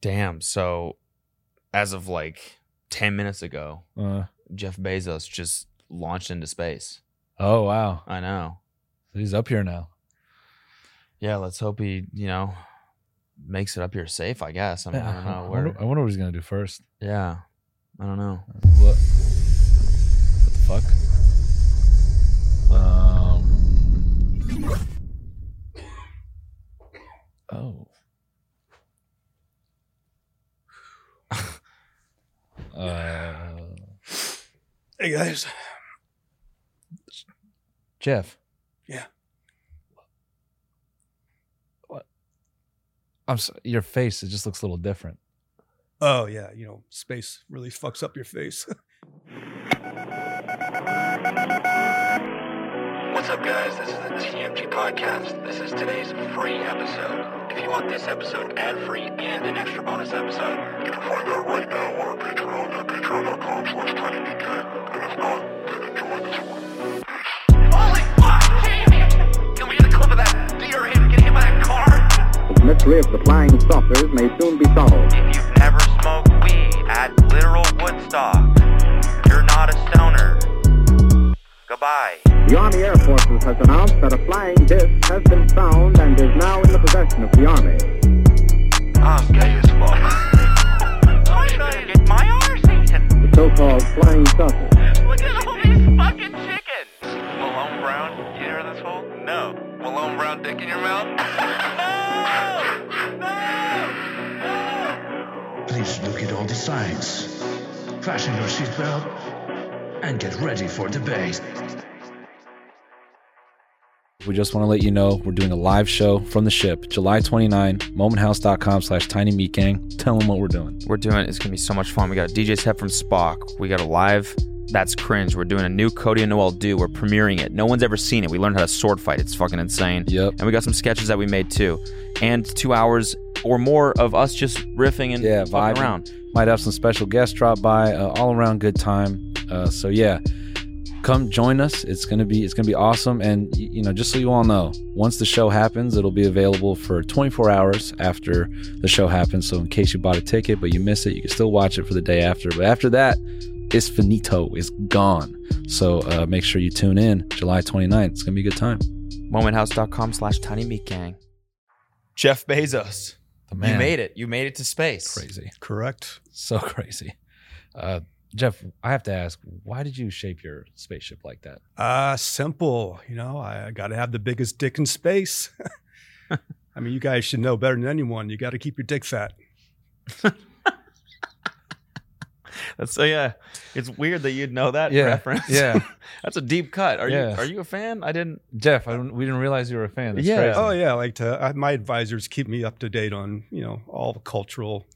Damn. So, as of like 10 minutes ago, Uh, Jeff Bezos just launched into space. oh wow, I know. he's up here now. Yeah, let's hope he, you know, makes it up here safe, I guess. I, mean, I don't Yeah, know. I wonder, Where, I wonder what he's gonna do first. yeah. I don't know. What? What the fuck? Um. Oh. Uh, Hey guys. Jeff. Yeah. What? I'm so, your face. It just looks a little different. Oh yeah, you know, space really fucks up your face. What's up, guys? This is the TMG Podcast. This is today's free episode. If you want this episode ad-free and an extra bonus episode, you can find that right now on our Patreon at patreon.com slash tinydk. And if not, then enjoy this one. Holy fuck, Jamie! Can we get a clip of that deer him getting hit by that car? The mystery of the flying saucers may soon be solved. If you've never smoked weed at literal Woodstock, you're not a stoner. Goodbye. The Army Air Forces has announced that a flying disc has been found and is now in the possession of the Army. I'm gay as fuck. I'm trying to get my arse eaten. The so-called flying saucer. Look at all these fucking chickens. Malone Brown, you hear this hole? No. Malone Brown dick in your mouth? no! No! Please look at all the signs. Fasten your seatbelt and get ready for debate. We just want to let you know we're doing a live show from the ship, July 29, momenthouse.com slash tiny meat gang. Tell them what we're doing. We're doing it's gonna be so much fun. We got a DJ set from Spock. We got a live that's cringe. We're doing a new Cody and Noel do. We're premiering it. No one's ever seen it. We learned how to sword fight. It's fucking insane. Yep. And we got some sketches that we made too. And two hours or more of us just riffing and Yeah, fucking vibing. around. Might have some special guests drop by. Uh, all around good time. Uh, so yeah, come join us. It's gonna be it's gonna be awesome. And y- you know, just so you all know, once the show happens, it'll be available for 24 hours after the show happens. So in case you bought a ticket but you miss it, you can still watch it for the day after. But after that, it's finito. It's gone. So uh, make sure you tune in July 29th. It's gonna be a good time. Momenthouse.com slash tiny meat gang. Jeff Bezos. The You made it. You made it to space. Oh, crazy, Correct. so crazy. Uh, Jeff, I have to ask, why did you shape your spaceship like that? Ah, simple. You know, I got to have the biggest dick in space. I mean, you guys should know better than anyone. You got to keep your dick fat. That's so yeah. It's weird that you'd know that Yeah, reference. yeah. that's a deep cut. Are Yeah. you are you a fan? I didn't Jeff, I don't, we didn't realize you were a fan. That's Yeah. crazy. Oh yeah, like to, I, my advisors keep me up to date on you know all the cultural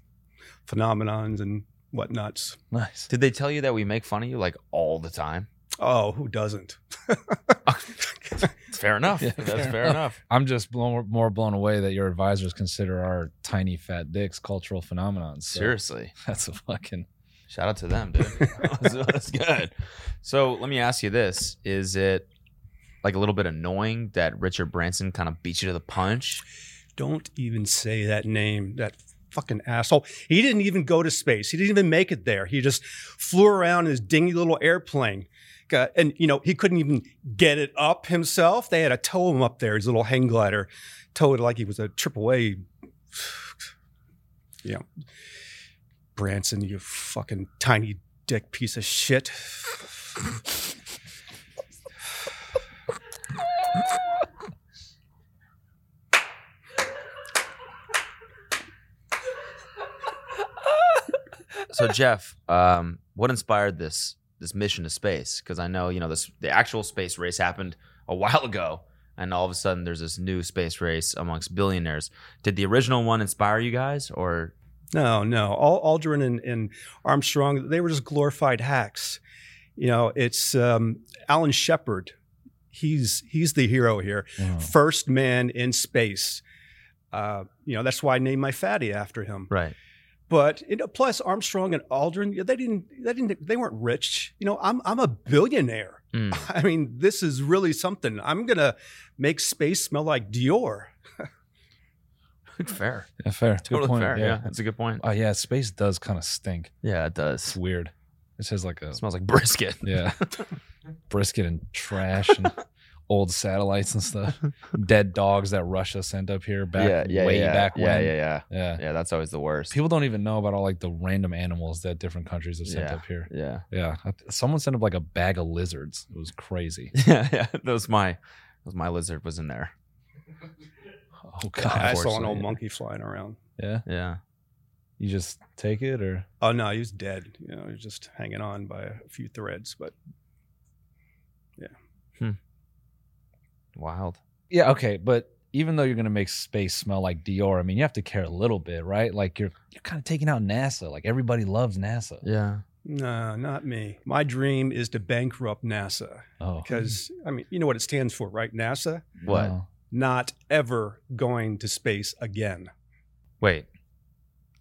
phenomenons and whatnots. nice. Did they tell you that we make fun of you like all the time? Oh, who doesn't? It's fair enough. Yeah, That's fair fair, enough. I'm just blown, more blown away that your advisors consider our tiny fat dicks cultural phenomenons. So Seriously. that's a fucking Shout out to them, dude. that's, that's good. So let me ask you this. Is it like a little bit annoying that Richard Branson kind of beat you to the punch? Don't even say that name. That fucking asshole. He didn't even go to space. He didn't even make it there. He just flew around in his dingy little airplane. Got- And you know, he couldn't even get it up himself. They had to tow him up there, his little hang glider, towed like he was a AAA. Yeah. Branson, you fucking tiny dick piece of shit. So Jeff, um, what inspired this this mission to space? Because I know, you know, this the actual space race happened a while ago, and all of a sudden there's this new space race amongst billionaires. Did the original one inspire you guys or No, no. All Aldrin and, and Armstrong, they were just glorified hacks. You know, it's um, Alan Shepard. He's he's the hero here, Oh. first man in space. Uh, you know, that's why I named my fatty after him. Right. But you know, plus Armstrong and Aldrin, yeah, they didn't they didn't they weren't rich. You know, I'm I'm a billionaire. Mm. I mean, this is really something. I'm gonna make space smell like Dior. Fair. Yeah, fair. Good totally point. fair. Yeah. that's a good point. Oh yeah, space does kind of stink. Yeah, it It's does. weird. It has like a It smells like brisket. yeah, brisket and trash and old satellites and stuff. Dead dogs that Russia sent up here back way back yeah, when. Yeah, yeah, yeah. yeah. Yeah, that's always the worst. People don't even know about all like the random animals that different countries have sent yeah. up here. Yeah. Yeah, I th- someone sent up like a bag of lizards. It was crazy. Yeah, yeah. That was my that was my lizard was in there. Oh god. I saw an Unfortunately, old yeah. monkey flying around. Yeah, Yeah. you just take it or Oh no, he was dead. You know, he was just hanging on by a few threads. But Wild. yeah, okay. But even though you're gonna make space smell like Dior, I mean, you have to care a little bit, right? Like you're you're kind of taking out NASA. Like everybody loves NASA. Yeah. no, not me. My dream is to bankrupt NASA Oh, because I mean, you know what it stands for, right? NASA What? no. not ever going to space again. Wait.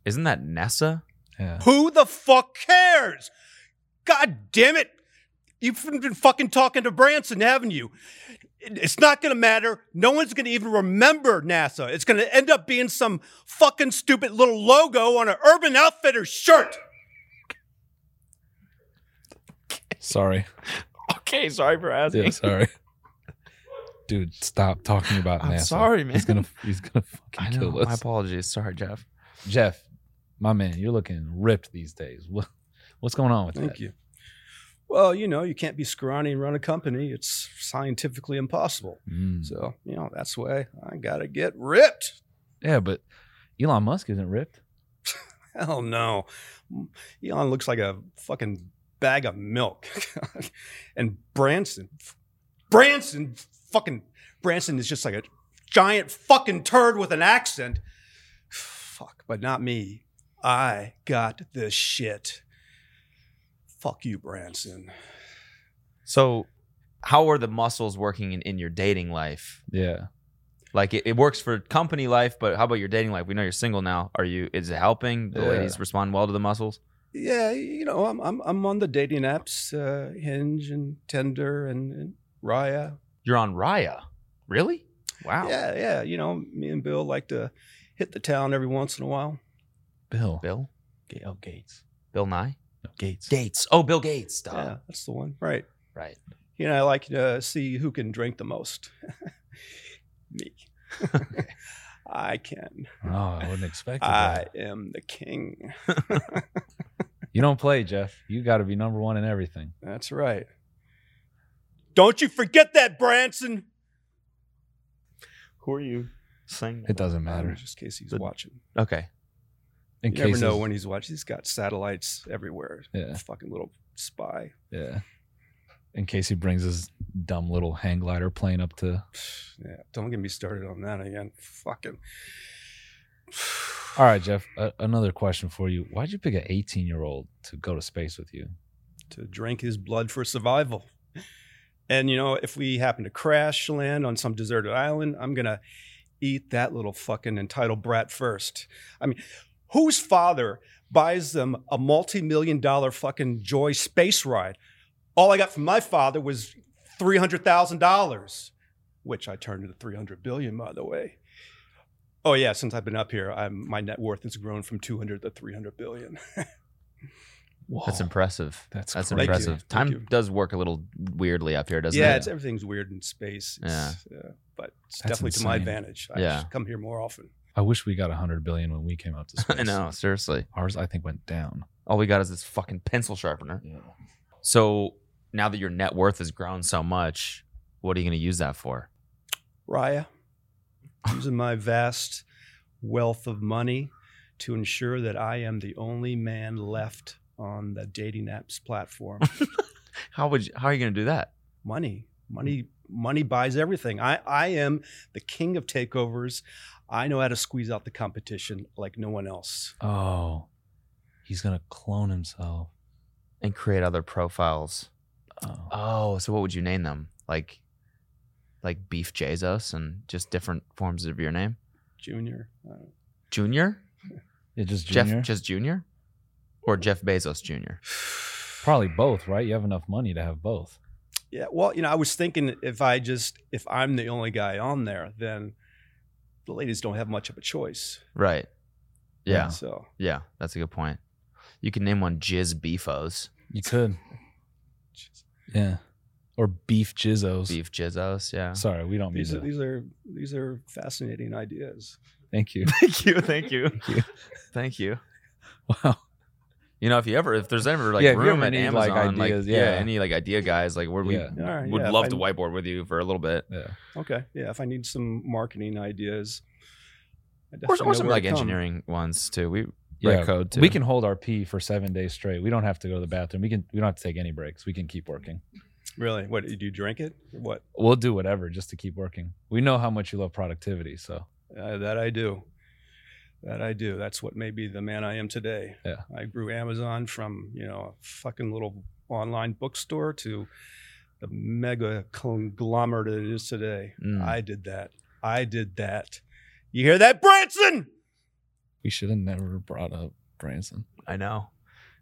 Isn't that NASA? Yeah. Who the fuck cares? God damn it. You've been fucking talking to Branson, haven't you? It- It's not going to matter. No one's going to even remember NASA. It's going to end up being some fucking stupid little logo on an Urban Outfitters shirt. Sorry. Okay, sorry for asking. Yeah, sorry. Dude, stop talking about I'm NASA. sorry, man. He's gonna he's gonna I fucking know. kill us. My apologies. Sorry, Jeff. Jeff, my man, you're looking ripped these days. What what's going on with that? you. Well, you know, you can't be scrawny and run a company. It's scientifically impossible. Mm. So, you know, that's why I got to get ripped. Yeah, but Elon Musk isn't ripped. Hell no. Mm, Elon looks like a fucking bag of milk. and Branson, Branson, fucking Branson is just like a giant fucking turd with an accent. Fuck, but not me. I got this shit. Fuck you, Branson. So how are the muscles working in, in your dating life? Yeah. Like it, it works for company life, but how about your dating life? We know you're single now. Are you is it helping? The Yeah. ladies respond well to the muscles? Yeah, you know, I'm I'm, I'm on the dating apps, uh, Hinge and Tinder and, and Raya. You're on Raya. Really? Wow. Yeah, yeah. You know, me and Bill like to hit the town every once in a while. Bill. Bill? Oh, Gates. Bill Nye? No, Gates. Gates. Oh, Bill Gates. Duh. Yeah, that's the one. Right. Right. You know, I like to see who can drink the most. Me. I can. Oh, I wouldn't expect I that. am the king. You don't play, Jeff. You gotta be number one in everything. That's right. Don't you forget that, Branson. Who are you? Sing. It doesn't matter. Just in case he's The- watching. Okay. In you case never know it's- when he's watching. He's got satellites everywhere. Yeah. Fucking little spy. Yeah. In case he brings his dumb little hang glider plane up to Yeah. Don't get me started on that again. Fucking. All right, Jeff. Uh, another question for you. Why'd you pick an 18 year old to go to space with you? to drink his blood for survival. And you know, if we happen to crash land on some deserted island, I'm gonna eat that little fucking entitled brat first. I mean, whose father buys them a multi-million dollar fucking joy space ride? All I got from my father was three hundred thousand dollars, which I turned into three hundred billion, by the way. Oh yeah, since I've been up here, I'm, my net worth has grown from two hundred to three hundred billion. That's impressive. That's That's crazy. impressive. Thank you. Thank Time you. does work a little weirdly up here, doesn't yeah, it? it's everything's weird in space. It's, uh, but it's That's definitely to my insane. advantage. I Yeah. should come here more often. I wish we got 100 billion when we came out to space. I know, seriously. Ours, I think, went down. All we got is this fucking pencil sharpener. Yeah. So now that your net worth has grown so much, what are you going to use that for? Raya, using my vast wealth of money to ensure that I am the only man left on the dating apps platform. How would you, how are you going to do that? money, money, money buys everything. I, I am the king of takeovers. I know how to squeeze out the competition like no one else. Oh, he's gonna clone himself. and create other profiles. Oh. Oh, so what would you name them? Like, like Beef Jesus and just different forms of your name. Junior. Uh, Junior, It just junior. Jeff, just Junior, or Jeff Bezos Junior. Probably both, right? You have enough money to have both. yeah. Well, you know, I was thinking if I just, if I'm the only guy on there, then the ladies don't have much of a choice. Right. Yeah. So Yeah. That's a good point. You can name one Jizz Beefos, You could. yeah. Or beef jizzos. Beef Jizzos. Yeah. Sorry, we don't mean these are, to. these are, these are fascinating ideas. Thank you. thank you. Thank you. Thank you. Thank you. Wow. You know, if you ever, if there's ever like Yeah, if you room ever at need, like, Amazon, like, ideas, yeah. yeah. any like idea guys, like where we Yeah. All right. would yeah, if love I- to whiteboard with you for a little bit, Yeah. Okay. Yeah. If I need some marketing ideas, I or, definitely know or some where like to come. engineering ones too. We Yeah. write code too. We can hold our pee for seven days straight. We don't have to go to the bathroom. We can. We don't have to take any breaks. We can keep working. Really? What? Do you drink it? Or What? We'll do whatever just to keep working. We know how much you love productivity, so Uh, that I do. That I do. That's what made me the man I am today. Yeah. I grew Amazon from, you know, a fucking little online bookstore to the mega conglomerate it is today. Mm. I did that. I did that. You hear that, Branson? we should have never brought up Branson. I know.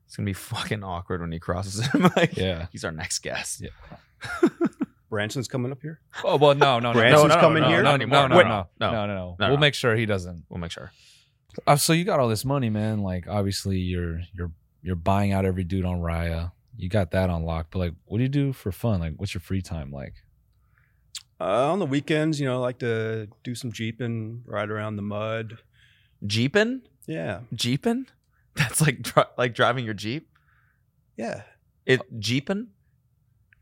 It's gonna be fucking awkward when he crosses him. like, Yeah. he's our next guest. Yeah. Branson's coming up here? Oh well, no, no, no, Branson's no, no, no, coming no, here? No, no, no, no, Wait. no, No. no, no, no. No, We'll no. make sure he doesn't. We'll make sure. Uh, so you got all this money, man. Like obviously you're you're you're buying out every dude on Raya. You got that on lock. But like, what do you do for fun? Like, what's your free time like? Uh, on the weekends, you know, I like to do some jeeping, ride around the mud. Jeepin'? Yeah. Jeepin'? That's like dri- like driving your Jeep? Yeah. It Jeepin'?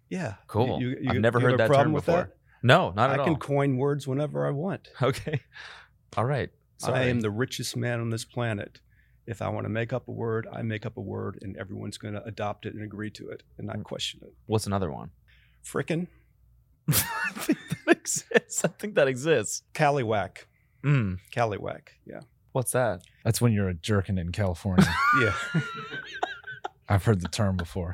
Yeah. Cool. You- you- I've you never have heard a that term problem with before. that? No, not I at can all. coin words whenever I want. okay. All right. I Sorry. am the richest man on this planet. If I want to make up a word, I make up a word, and everyone's going to adopt it and agree to it and Mm. not question it. What's another one? Frickin' I think that exists. I think that exists. Callywhack. Mm. Callywhack. Yeah. What's that? That's when you're a jerkin in California. Yeah. I've heard the term before.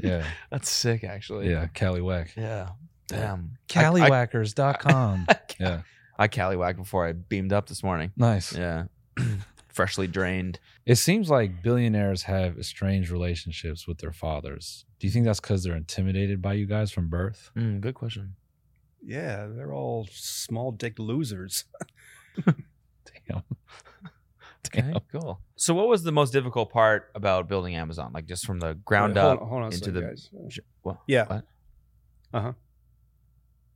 Yeah, That's sick, actually. yeah, Caliwack. Yeah. Damn. I, Caliwackers.com. I, Yeah, I Caliwag before I beamed up this morning. nice. Yeah. Freshly drained. It seems like billionaires have estranged relationships with their fathers. Do you think that's because they're intimidated by you guys from birth? Mm, good question. yeah. They're all small dick losers. Damn. Okay, cool. So, what was the most difficult part about building Amazon? Like, just from the ground Hold on- up hold on a into second, the. guys. Sh- What? Yeah. Uh-huh.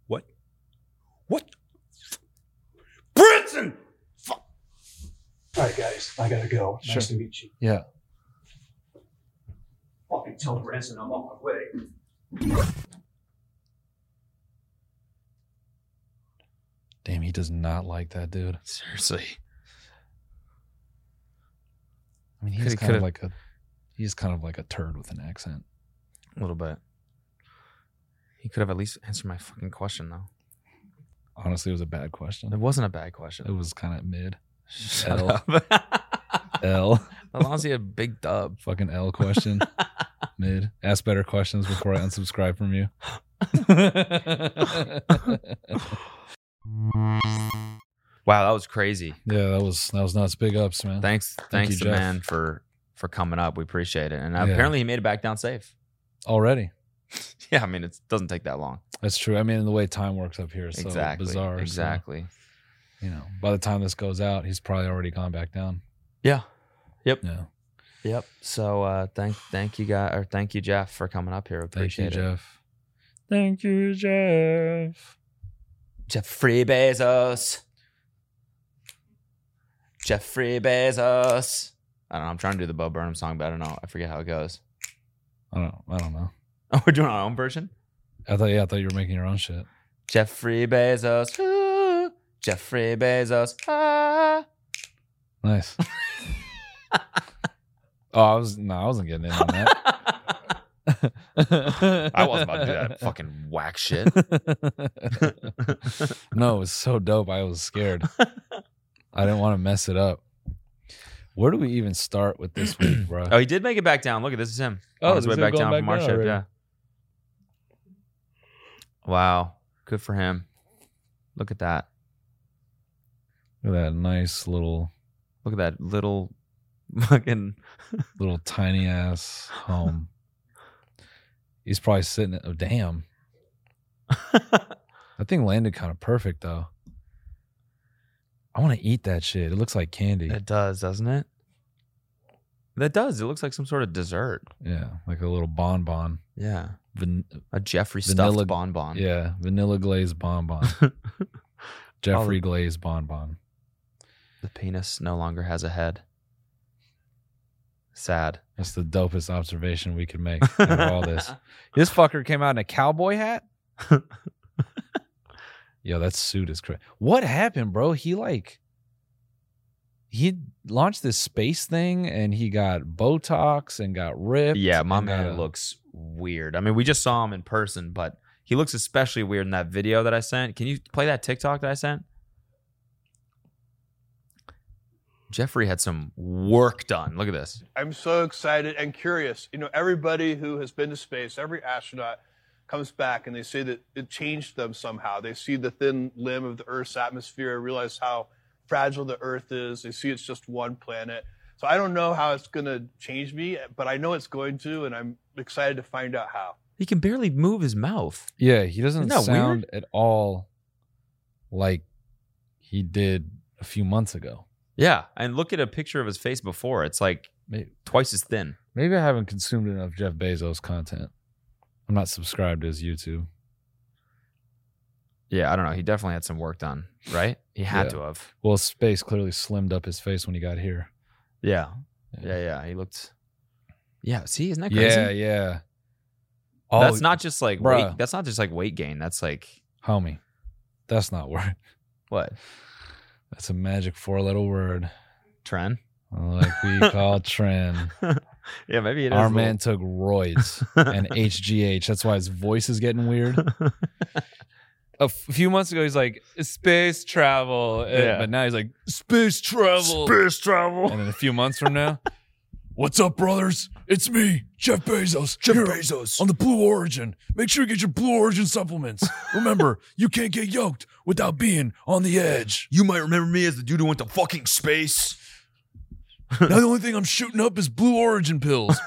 What? What? What? Brinson! Fuck. All right, guys. I got to go. Sure. Nice to meet you. Yeah. Fucking tell Branson I'm on my way. Damn, he does not like that dude. Seriously. I mean, he's Coulda- kind of coulda- like a he's kind of like a turd with an accent. A little bit. He could have at least answered my fucking question, though. Honestly, it was a bad It question. wasn't a bad question. It was kind of mid. Shut L. up. as L long as he had a big dub. fucking L question. mid. Ask better questions before I unsubscribe from you. Wow, that was crazy. yeah, that was that was nuts. Big ups, man. Thanks, thanks you, to Jeff. man for for coming up. We appreciate it. And uh, Yeah. apparently, he made it back down safe. Already. Yeah, I mean, it doesn't take that long. That's true. I mean, the way time works up here is so exactly. bizarre. so, Exactly. you know, by the time this goes out, he's probably already gone back down. Yeah. Yeah. Yep. So uh thank thank you guy or thank you Jeff for coming up here. Thank you, Appreciate it. Jeff. Thank you, Jeff. Jeffrey Bezos. Jeffrey Bezos. I don't know. I'm trying to do the Bo Burnham song, but I don't know. I forget how it goes. I don't. I don't know. Oh, we're doing our own version? I thought. Yeah, I thought you were making your own shit. Jeffrey Bezos. Ooh, Jeffrey Bezos. Ah. Nice. oh, I was. No, I wasn't getting in on that. I wasn't about to do that fucking whack shit. no, it was so dope. I was scared. I didn't want to mess it up. Where do we even start with this week, bro? Oh, he did make it back down. Look at this is him. Oh, on his this way is him back going down back from our down ship. already. Yeah. Wow, good for him. Look at that. Look at that nice little, Look at that little fucking. little tiny ass home. He's probably sitting. Oh, damn! That thing landed kind of perfect though. I want to eat that shit. It looks like candy. it does, doesn't it? That does. It looks like some sort of dessert. Yeah, like a little bonbon. Yeah, Van- a Jeffrey Vanilla- stuffed bonbon. yeah, vanilla glazed bonbon. Jeffrey glazed bonbon. The penis no longer has a head. Sad. That's the dopest observation we could make out of all this. This fucker came out in a cowboy hat. Yo, that suit is crazy. What happened, bro? He like he launched this space thing and he got Botox and got ripped. Yeah, my and uh, got man a- looks weird. I mean, we just saw him in person, but he looks especially weird in that video that I sent. Can you play that TikTok that I sent? Jeffrey had some work done. Look at this. I'm so excited and curious. You know, everybody who has been to space, every astronaut comes back and they say that it changed them somehow. They see the thin limb of the Earth's atmosphere, realize how fragile the Earth is. They see it's just one planet. So I don't know how it's going to change me, but I know it's going to, and I'm excited to find out how. He can barely move his mouth. Yeah, he doesn't Isn't that sound at all like he did a few months ago. Yeah, and look at a picture of his face before. It's like Maybe, twice as thin. maybe I haven't consumed enough Jeff Bezos content. I'm not subscribed to his YouTube. Yeah, I don't know. He definitely had some work done, right? He had Yeah. to have. Well, space clearly slimmed up his face when he got here. Yeah. Yeah, yeah. He looked. Yeah, see, isn't that crazy? Yeah, yeah. Oh, that's not just like weight. bruh. That's not just like weight gain. That's like homie. That's not word. what That's a magic four-letter word, trend. like we call trend. yeah, maybe it is. Our a man took roids and HGH. That's why his voice is getting weird. little- A f- few months ago, he's like space travel, uh, Yeah. but now he's like space travel. space travel. And then a few months from now, what's up, brothers? It's me, Jeff Bezos. Jeff Bezos on the Blue Origin. Make sure you get your Blue Origin supplements. Remember, you can't get yoked without being on the edge. You might remember me as the dude who went to fucking space. Now the only thing I'm shooting up is Blue Origin pills.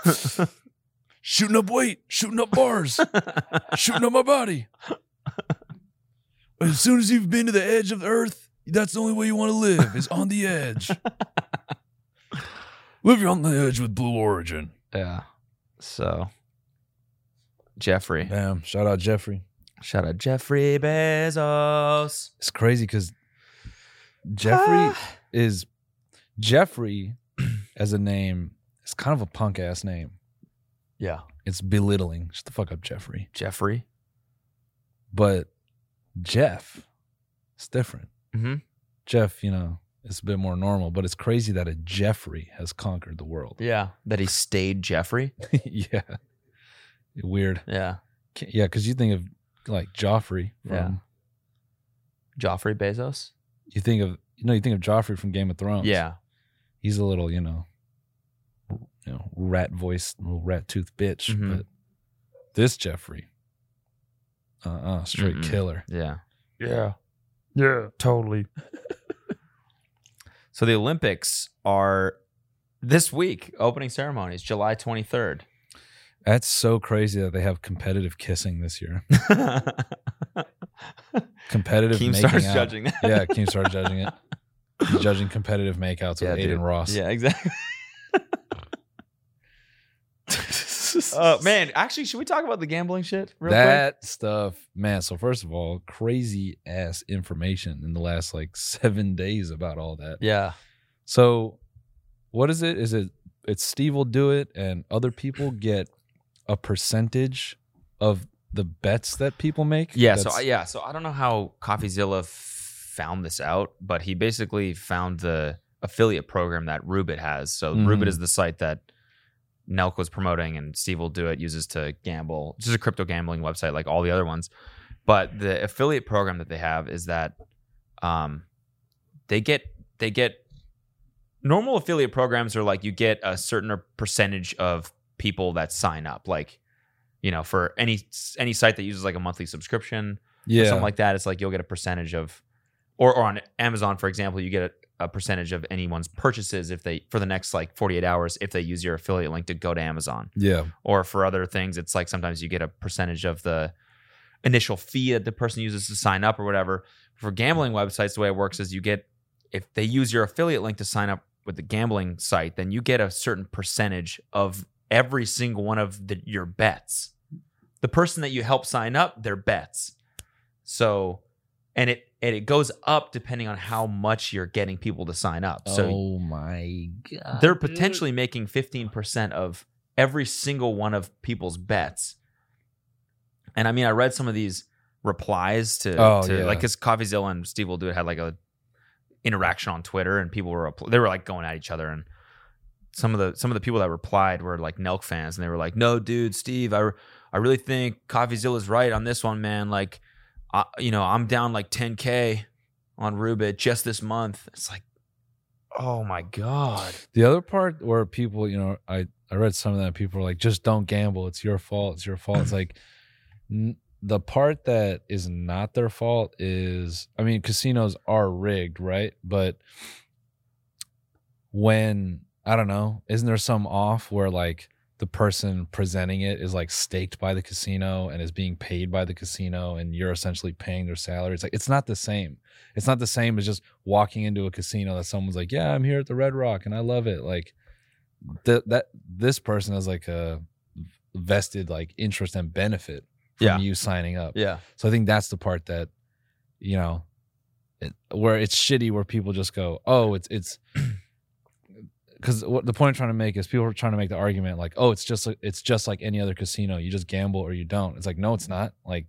shooting up weight, shooting up bars, shooting up my body. As soon as you've been to the edge of the earth, that's the only way you want to live is on the edge. live on the edge with Blue Origin. Yeah. So, Jeffrey. Damn, shout out Jeffrey. Shout out Jeffrey Bezos. It's crazy because Jeffrey Ah. is Jeffrey as a name is kind of a punk ass name. Yeah. It's belittling. Shut the fuck up, Jeffrey. Jeffrey. but Jeff, it's different. Mhm. Jeff, you know, it's a bit more normal, but it's crazy that a Jeffrey has conquered the world. Yeah. That he stayed Jeffrey. yeah, weird. Yeah. K- Yeah, because you think of like Joffrey from Yeah. Joffrey Bezos. you think of you know you think of Joffrey from Game of Thrones. Yeah. he's a little you know, you know, rat voiced little rat tooth bitch. Mhm. But this Jeffrey, uh, uh straight Mm-mm. killer. Yeah. Yeah, yeah, totally. So the Olympics are this week. Opening ceremonies, July twenty third. That's so crazy that they have competitive kissing this year. Competitive. Keem making starts out. judging that. yeah, Keem started judging it. He's judging competitive makeouts Yeah, with Aiden dude. Ross. Yeah, exactly. Oh man, actually, should we talk about the gambling shit real that stuff, man. So first of all, crazy ass information in the last like seven days about all that. quick? Yeah. So, what is it? Is it it's Steve will do it, and other people get a percentage of the bets that people make. Yeah. So That's- I- yeah. So I don't know how CoffeeZilla f- found this out, but he basically found the affiliate program that Rubit has. So Mhm. Rubit is the site that Nelk was promoting and Steve will do it uses to gamble. It's just a crypto gambling website like all the other ones. But the affiliate program that they have is that um, they get they get normal affiliate programs are like you get a certain percentage of people that sign up like you know for any any site that uses like a monthly subscription or Yeah. something like that. It's like you'll get a percentage of, or, or on Amazon, for example, you get a, a percentage of anyone's purchases if they, for the next like 48 hours, if they use your affiliate link to go to Amazon. yeah. Or for other things, it's like sometimes you get a percentage of the initial fee that the person uses to sign up or whatever. For gambling websites, the way it works is you get, if they use your affiliate link to sign up with the gambling site, then you get a certain percentage of every single one of the, your bets. The person that you help sign up, their bets. So, and it and it goes up depending on how much you're getting people to sign up. So oh my god. they're potentially making 15% of every single one of people's bets. And I mean, I read some of these replies to, Oh, to yeah. like because CoffeeZilla and Steve will do it had like a interaction on Twitter, and people were repl- they were like going at each other, and some of the some of the people that replied were like Nelk fans, and they were like, "No, dude, Steve, I re- I really think CoffeeZilla's right on this one, man. Like, I, you know, I'm down like 10k on Rubit just this month. It's like, oh my god." The other part where people, you know, I I read some of that people are like, just don't gamble. It's your fault. It's your fault. It's like n- the part that is not their fault is, I mean, casinos are rigged, right? But when I don't know, isn't there some off where like the person presenting it is like staked by the casino and is being paid by the casino and you're essentially paying their salary? It's like it's not the same. It's not the same as just walking into a casino that someone's like, "Yeah, I'm here at the Red Rock and I love it." Like th- that this person has like a vested like interest and benefit from Yeah. you signing up. Yeah. So I think that's the part that, you know, it, where it's shitty where people just go, oh, it's it's because what the point I'm trying to make is people are trying to make the argument like, oh, it's just like- it's just like any other casino. You just gamble or you don't. It's like no, it's not. Like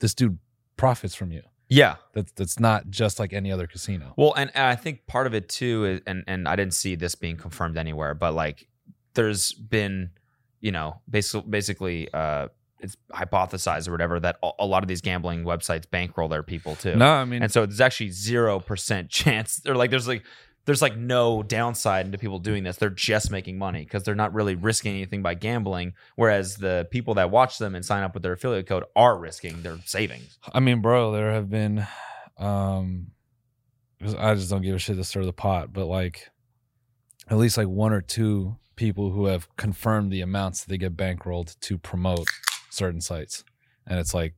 this dude profits from you. Yeah. That's that's not just like any other casino. Well, and, and I think part of it too is, and and I didn't see this being confirmed anywhere, but like there's been, you know, basically basically uh, it's hypothesized or whatever that a, a lot of these gambling websites bankroll their people too. No, I mean, And so there's actually zero percent chance, or like there's like there's like no downside into people doing this. They're just making money because they're not really risking anything by gambling. Whereas the people that watch them and sign up with their affiliate code are risking their savings. I mean, bro, there have been, um, 'cause I just don't give a shit to stir the pot, but like, at least like one or two people who have confirmed the amounts that they get bankrolled to promote certain sites, and it's like,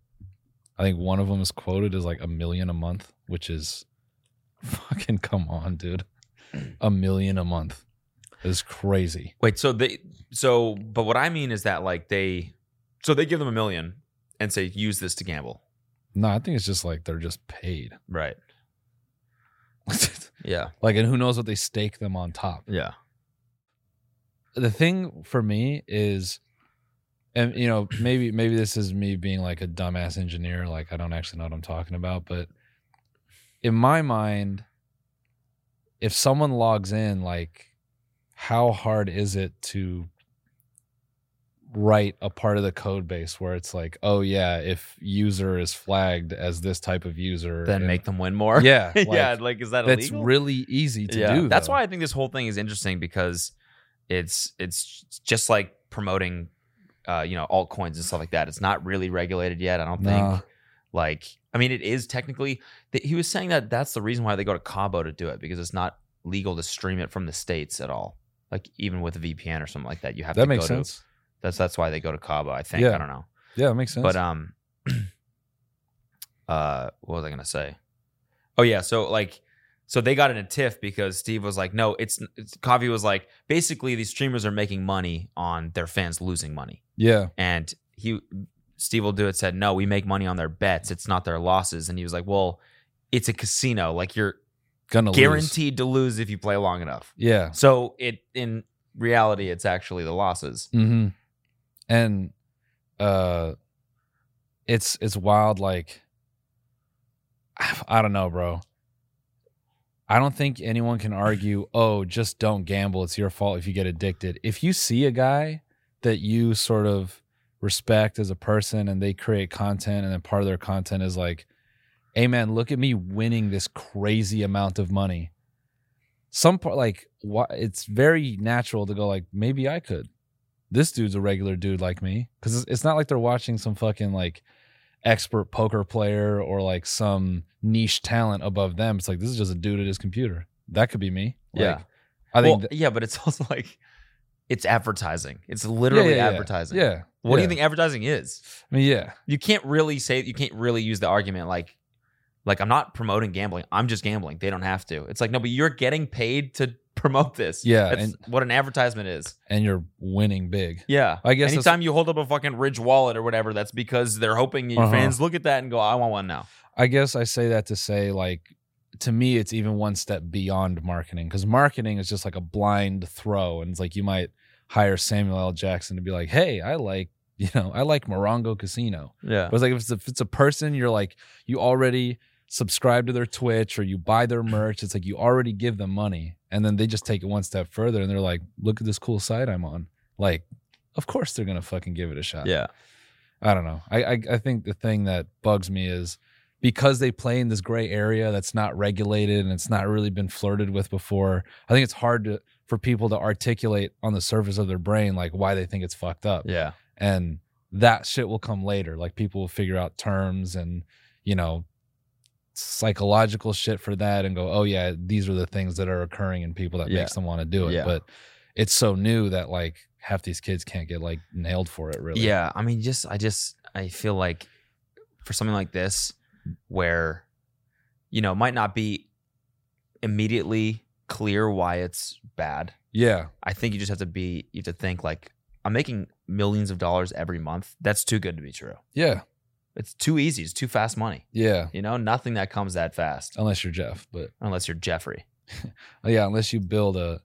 I think one of them is quoted as like a million a month, which is fucking come on, dude, a million a month is crazy. Wait, so they so but what I mean is that like they so they give them a million and say use this to gamble. No, I think it's just like they're just paid. Right. Yeah. like, and who knows what they stake them on top. Yeah. the thing for me is and you know maybe maybe this is me being like a dumbass engineer like i don't actually know what i'm talking about but in my mind if someone logs in like how hard is it to write a part of the code base where it's like oh yeah if user is flagged as this type of user Then and- make them win more. yeah yeah. like, Like is that that's illegal? really easy to do That's though. why I think this whole thing is interesting because it's it's just like promoting uh, you know, altcoins and stuff like that. It's not really regulated yet, I don't Nah. think. Like I mean it is technically th- he was saying that that's the reason why they go to Cabo to do it because it's not legal to stream it from the states at all. Like even with a VPN or something like that, you have that to makes go to sense That's that's why they go to Cabo, I think. Yeah. I don't know. yeah it makes sense But um uh what was I gonna say? Oh yeah, so like so they got in a tiff because Steve was like, no, it's, it's Coffee was like, basically these streamers are making money on their fans losing money. yeah And he Steve will do it said, No, we make money on their bets, it's not their losses. And he was like, Well, it's a casino. Like you're gonna lose. guaranteed to lose if you play long enough. yeah So it in reality, it's actually the losses. Mm-hmm. And uh, it's it's wild. Like I don't know, bro. I don't think anyone can argue. Oh, just don't gamble. It's your fault if you get addicted. If you see a guy that you sort of respect as a person and they create content and then part of their content is like hey man look at me winning this crazy amount of money some part like why it's very natural to go like maybe i could this dude's a regular dude like me because it's, it's not like they're watching some fucking like expert poker player or like some niche talent above them it's like this is just a dude at his computer that could be me Like, Yeah. i think well, th- yeah, but it's also like it's advertising. It's literally yeah, yeah, yeah. advertising. yeah What do yeah. you think advertising is? i mean yeah You can't really say you can't really use the argument like like I'm not promoting gambling. I'm just gambling. They don't have to. It's like no, but you're getting paid to promote this. Yeah, That's and- what an advertisement is. and you're winning big Yeah. I guess that's- anytime you hold up a fucking Ridge wallet or whatever, that's because they're hoping your Uh-huh. fans look at that and go, "I want one now." I guess I say that to say like to me it's even one step beyond marketing because marketing is just like a blind throw and it's like you might hire Samuel L. Jackson to be like, hey, I like you know I like Morongo Casino, Yeah. but it's like if it's a, if it's a person you're like you already subscribe to their Twitch or you buy their merch, it's like you already give them money and then they just take it one step further and they're like, look at this cool site I'm on, like of course they're gonna fucking give it a shot. Yeah. I don't know. I, I I think the thing that bugs me is because they play in this gray area that's not regulated and it's not really been flirted with before. I think it's hard to for people to articulate on the surface of their brain like why they think it's fucked up. Yeah. And that shit will come later. Like people will figure out terms and you know psychological shit for that and go, "Oh yeah, these are the things that are occurring in people that Yeah. makes them want to do it." Yeah. But it's so new that like half these kids can't get like nailed for it really. Yeah, I mean, just I just I feel like for something like this, where you know it might not be immediately clear why it's bad. Yeah. I think you just have to be you have to think like I'm making millions of dollars every month. That's too good to be true. Yeah. It's too easy. It's too fast money. Yeah, You know, nothing that comes that fast unless you're Jeff, but unless you're Jeffrey. oh, yeah, unless you build a.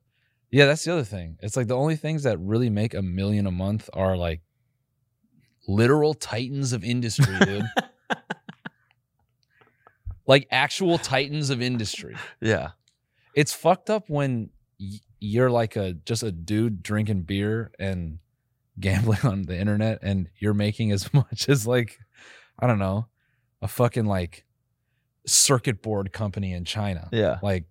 Yeah, that's the other thing. It's like the only things that really make a million a month are like literal titans of industry, dude. like actual titans of industry. Yeah. It's fucked up when y- you're like a just a dude drinking beer and gambling on the internet and you're making as much as like I don't know, a fucking like circuit board company in China. Yeah. like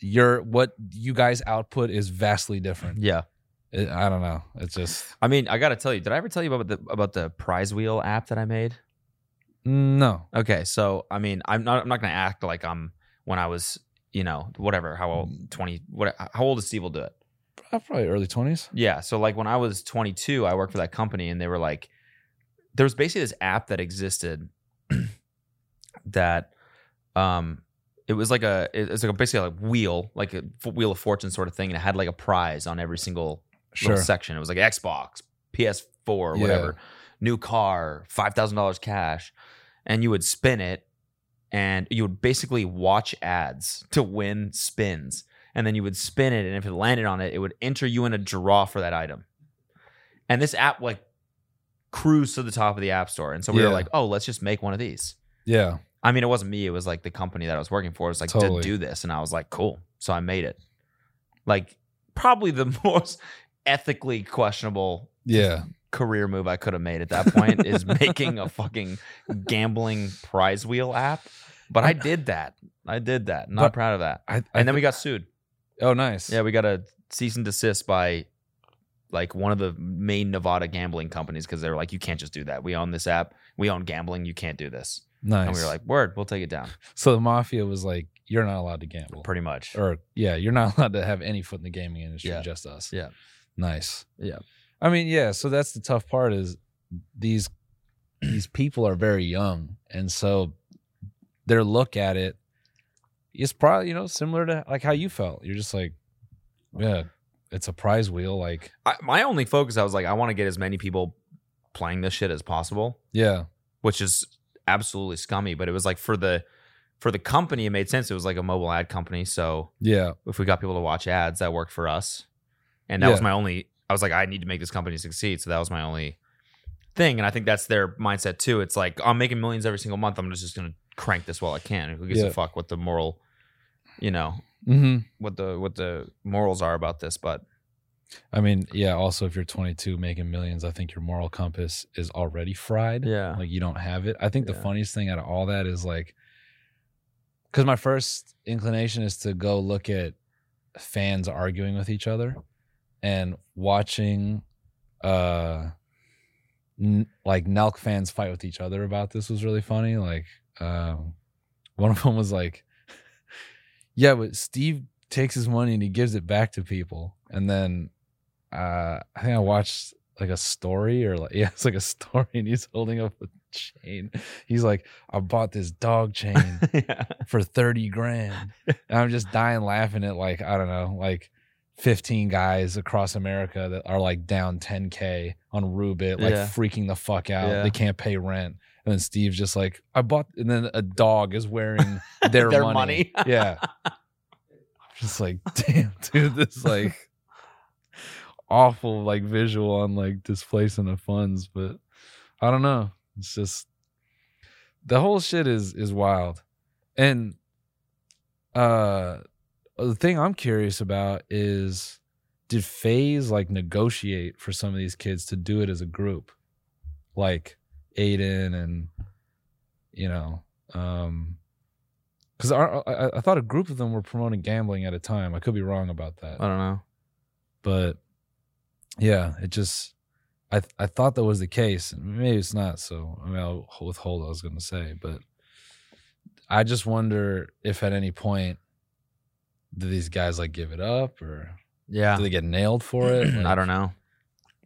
your what you guys output is vastly different Yeah. It- i don't know it's just I mean, I gotta tell you, did I ever tell you about the about the prize wheel app that I made? no Okay, so I mean, I'm not I'm not gonna act like I'm when I was, you know, whatever, how old, twenty, what, how old is Steve will do it? Uh, probably early 20s Yeah, so like when I was 22, I worked for that company, and they were like, there was basically this app that existed that, um, it was like a it- it's like a basically like a wheel, like a f- wheel of fortune sort of thing, and it had like a prize on every single sure little section. It was like Xbox, PS4, or Yeah. whatever, new car, five thousand dollars cash, and you would spin it, and you would basically watch ads to win spins, and then you would spin it, and if it landed on it, it would enter you in a draw for that item. And this app like cruised to the top of the app store, and so we Yeah. were like, oh, let's just make one of these. yeah I mean, it wasn't me. It was like the company that I was working for. It was like Totally. to do this, and I was like, cool. So I made it. Like probably the most ethically questionable yeah career move I could have made at that point is making a fucking gambling prize wheel app. But I did that. I did that. Not But- proud of that. I, I And then thi- we got sued. oh nice Yeah, we got a cease and desist by like one of the main Nevada gambling companies because they were like, you can't just do that. We own this app. We own gambling. You can't do this. nice And we were like, word, we'll take it down. so the mafia was like you're not allowed to gamble Pretty much. or yeah you're not allowed to have any foot in the gaming industry Yeah. just us Yeah. nice Yeah. i mean yeah so that's the tough part is these these people are very young and so their look at it is probably you know similar to like how you felt you're just like yeah it's a prize wheel like I, my only focus, I was like, I want to get as many people playing this shit as possible. yeah which is absolutely scummy. But it was like for the for the company, it made sense. It was like a mobile ad company, so yeah if we got people to watch ads, that worked for us. And that was Yeah. my only. I was like, I need to make this company succeed. So that was my only thing. And I think that's their mindset too. It's like I'm making millions every single month. I'm just just gonna crank this while I can. Who gives Yeah. a fuck what the moral, you know, mm-hmm. what the what the morals are about this? But I mean, yeah. Also, if you're 22 making millions, I think your moral compass is already fried. Yeah. like you don't have it. I think the Yeah. funniest thing out of all that is like, because my first inclination is to go look at fans arguing with each other, and watching, uh, n- like Nelk fans fight with each other about this was really funny. Like, um, one of them was like, "Yeah, but Steve." takes his money and he gives it back to people and then uh I think I watched like a story or like yeah, it's like a story and he's holding up a chain. He's like, I bought this dog chain yeah. for 30 grand. And I'm just dying laughing at like, I don't know, like 15 guys across America that are like down 10K on Rubit, like Yeah. freaking the fuck out. Yeah. They can't pay rent. And then Steve's just like, I bought, and then a dog is wearing their, Their money. money. Yeah. I'm just like, damn, dude, this like awful like visual on like displacing the funds, but I don't know. It's just the whole shit is is wild. And uh the thing I'm curious about is did FaZe like negotiate for some of these kids to do it as a group? Like Aiden and you know, um because I, I, I thought a group of them were promoting gambling at a time. I could be wrong about that I don't know. but yeah, it just I th- I thought that was the case, and maybe it's not. So I mean, I'll withhold. what I was going to say, but I just wonder if at any point do these guys like give it up or Yeah. do they get nailed for it? I don't know.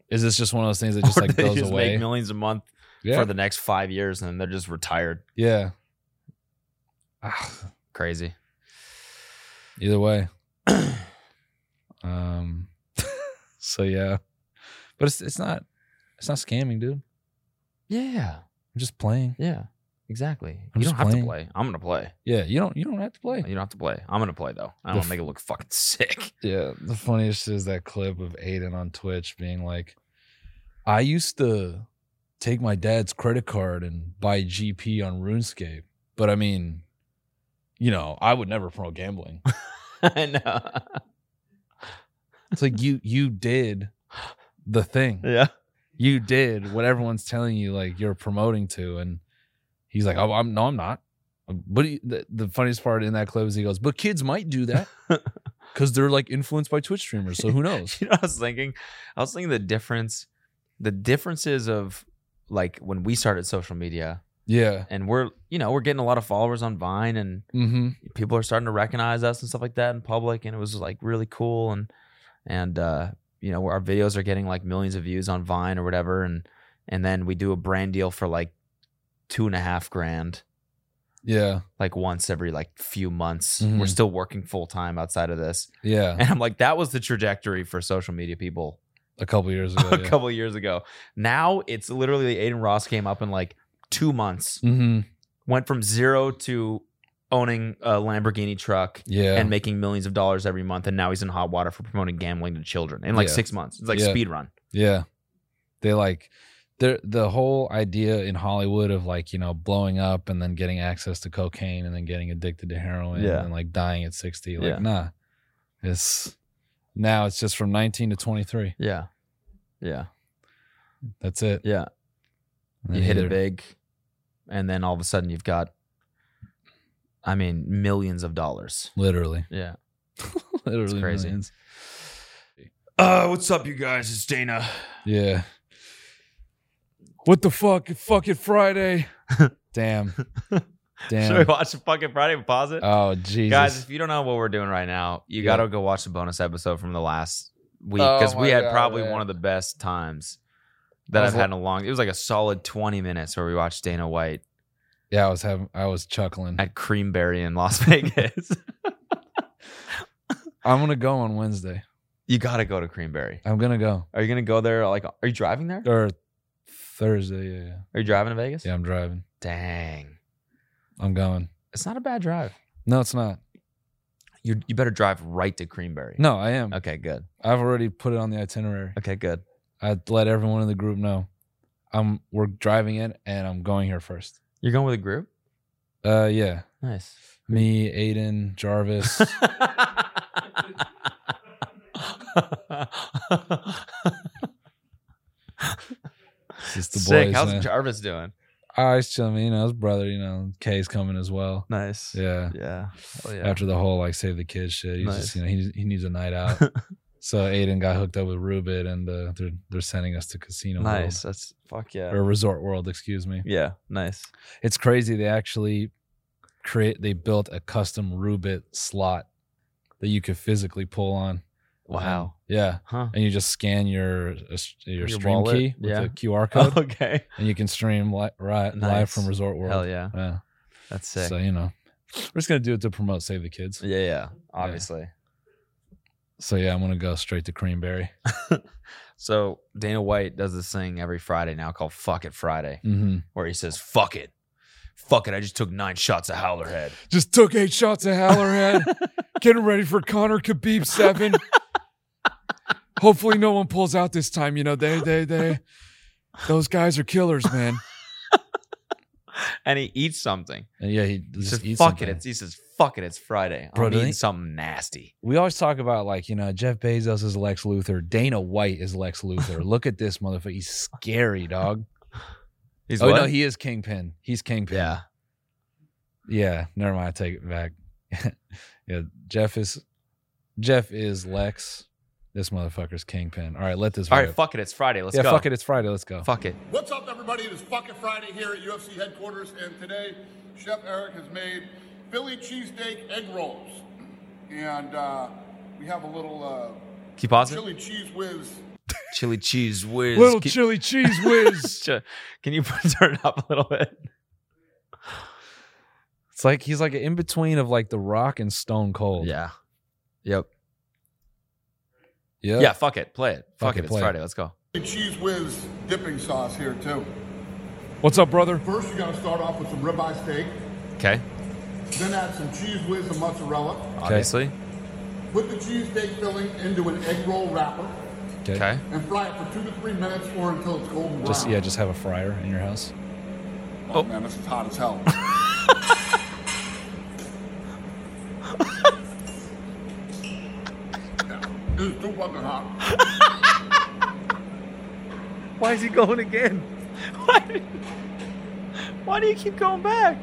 Is this just one of those things that just Or like they goes just away? make millions a month yeah, for the next five years and they're just retired. yeah. Ah, Crazy. Either way, um, so yeah, but it's it's not it's not scamming, dude. Yeah. I'm just playing. Yeah. Exactly. I'm you just don't have playing. to play. I'm gonna play. Yeah, you don't you don't have to play. You don't have to play. I'm gonna play though. I The don't f- make it look fucking sick. Yeah, the funniest is that clip of Aiden on Twitch being like, "I used to take my dad's credit card and buy GP on RuneScape, but I mean, you know, I would never promote gambling. I know. It's like you you did the thing, Yeah. you did what everyone's telling you like you're promoting to, and he's like, oh, I'm no, I'm not. But he, the, the funniest part in that clip is he goes, but kids might do that because they're like influenced by Twitch streamers, so who knows? You know what I was thinking? I was thinking the difference, the differences of like when we started social media Yeah. and we're, you know, we're getting a lot of followers on Vine and Mm-hmm. people are starting to recognize us and stuff like that in public and it was like really cool and and uh you know our videos are getting like millions of views on vine or whatever and and then we do a brand deal for like two and a half grand Yeah. like once every like few months Mhm. we're still working full-time outside of this Yeah. and i'm like that was the trajectory for social media people A couple years ago. a couple years ago now it's literally aiden ross came up in like two months Mm-hmm. went from zero to owning a lamborghini truck Yeah. and making millions of dollars every month. And now he's in hot water for promoting gambling to children in like Yeah. six months. It's like Yeah. speed run. yeah. They like the the whole idea in Hollywood of like, you know, blowing up and then getting access to cocaine and then getting addicted to heroin Yeah. and like dying at 60. Like, Yeah. nah. It's now it's just from 19 to 23. Yeah. Yeah. That's it. Yeah. And You then hit it either- big. And then all of a sudden you've got, I mean, millions of dollars. Literally. Yeah. Literally. crazy. millions. Uh, what's up, you guys? It's Dana. Yeah. What the fuck? Fuck it Friday. Damn. Damn. Should we watch the fucking Friday and pause it? Oh, Jesus. Guys, if you don't know what we're doing right now, you Yeah. got to go watch the bonus episode from the last week Oh because we my had God, probably man. one of the best times that I was I've lo- had in a long. It was like a solid twenty minutes where we watched Dana White yeah, I was having, I was chuckling. at Creamberry in Las Vegas. I'm gonna go on Wednesday. you got to go to Creamberry. I'm gonna go Are you gonna go there? Like, are you driving there? or Thursday. Yeah, yeah. Are you driving to Vegas? Yeah, I'm driving. Dang, I'm going. it's not a bad drive. No, it's not. You you better drive right to Creamberry. No, I am. Okay, good. I've already put it on the itinerary. Okay, good. I let everyone in the group know. I'm we're driving it and I'm going here first. You're going with a group. Uh, yeah. Nice. Me, Aiden, Jarvis, It's just the Sick. boys. How's man. Jarvis doing? Ah, he's chilling. You know, his brother. You know, Kay's coming as well. Nice. Yeah. Yeah. Hell Oh, yeah. After the whole like save the kids shit, he's Nice. just you know he he needs a night out. so Aiden got hooked up with Rubid, and uh, they're they're sending us to Casino nice. That's fuck yeah. World or Resort World, excuse me. yeah. Nice. It's crazy. They actually create. They built a custom Rubid slot that you could physically pull on. Wow. Yeah. Huh. And you just scan your uh, your, Your stream wallet, key with yeah. a QR code, Okay. and you can stream li- right live Nice. from Resort World. Hell yeah. Yeah. That's sick. So you know, we're just gonna do it to promote Save the Kids. yeah. Yeah. Obviously. So yeah, I'm gonna go straight to Creamberry. So Dana White does this thing every Friday now called Fuck It Friday, Mm-hmm. where he says, Fuck it. Fuck it. I just took nine shots of Howler Head. Just took eight shots of Hallerhead, getting ready for Connor Khabib seven. Hopefully, no one pulls out this time. You know, they they they, those guys are killers, man. And he eats something. And yeah, he just, He says, eats Fuck something. it. It's, he says, Fuck it. It's Friday. Bro, I'm doesn't eating he- something nasty. we always talk about like you know Jeff Bezos is Lex Luthor, Dana White is Lex Luthor. Look at this motherfucker. He's scary, dog. He's oh what? no, he is Kingpin. He's Kingpin. yeah. Yeah, never mind. I take it back. yeah, Jeff is Jeff is Lex. This motherfucker's Kingpin. All right, let this. All right. rip. Fuck it. It's Friday. Let's yeah, go. fuck it. It's Friday. Let's go. Fuck it. What's up, everybody? It is fucking Friday here at UFC headquarters, and today Chef Eric has made Philly cheesesteak egg rolls, and uh, we have a little uh, Keep pausing. chili cheese whiz. Chili cheese whiz. Little Keep- chili cheese whiz. Ch- Can you turn it up a little bit? it's like he's like an in between of like The Rock and Stone Cold. Yeah. Yep. yeah. Yeah. fuck it. Play it. Fuck, Fuck it, it. It's play it. Friday. Let's go. Chili Cheese whiz dipping sauce here too. What's up, brother? First, you got to start off with some ribeye steak, Okay. then add some cheese whiz and mozzarella. Obviously. Put the cheesesteak filling into an egg roll wrapper Okay. and fry it for two to three minutes or until it's golden brown. Just yeah, just have a fryer in your house. Oh, man, this is hot as hell. This is too fucking hot. Why is he going again? Why, why do you keep going back?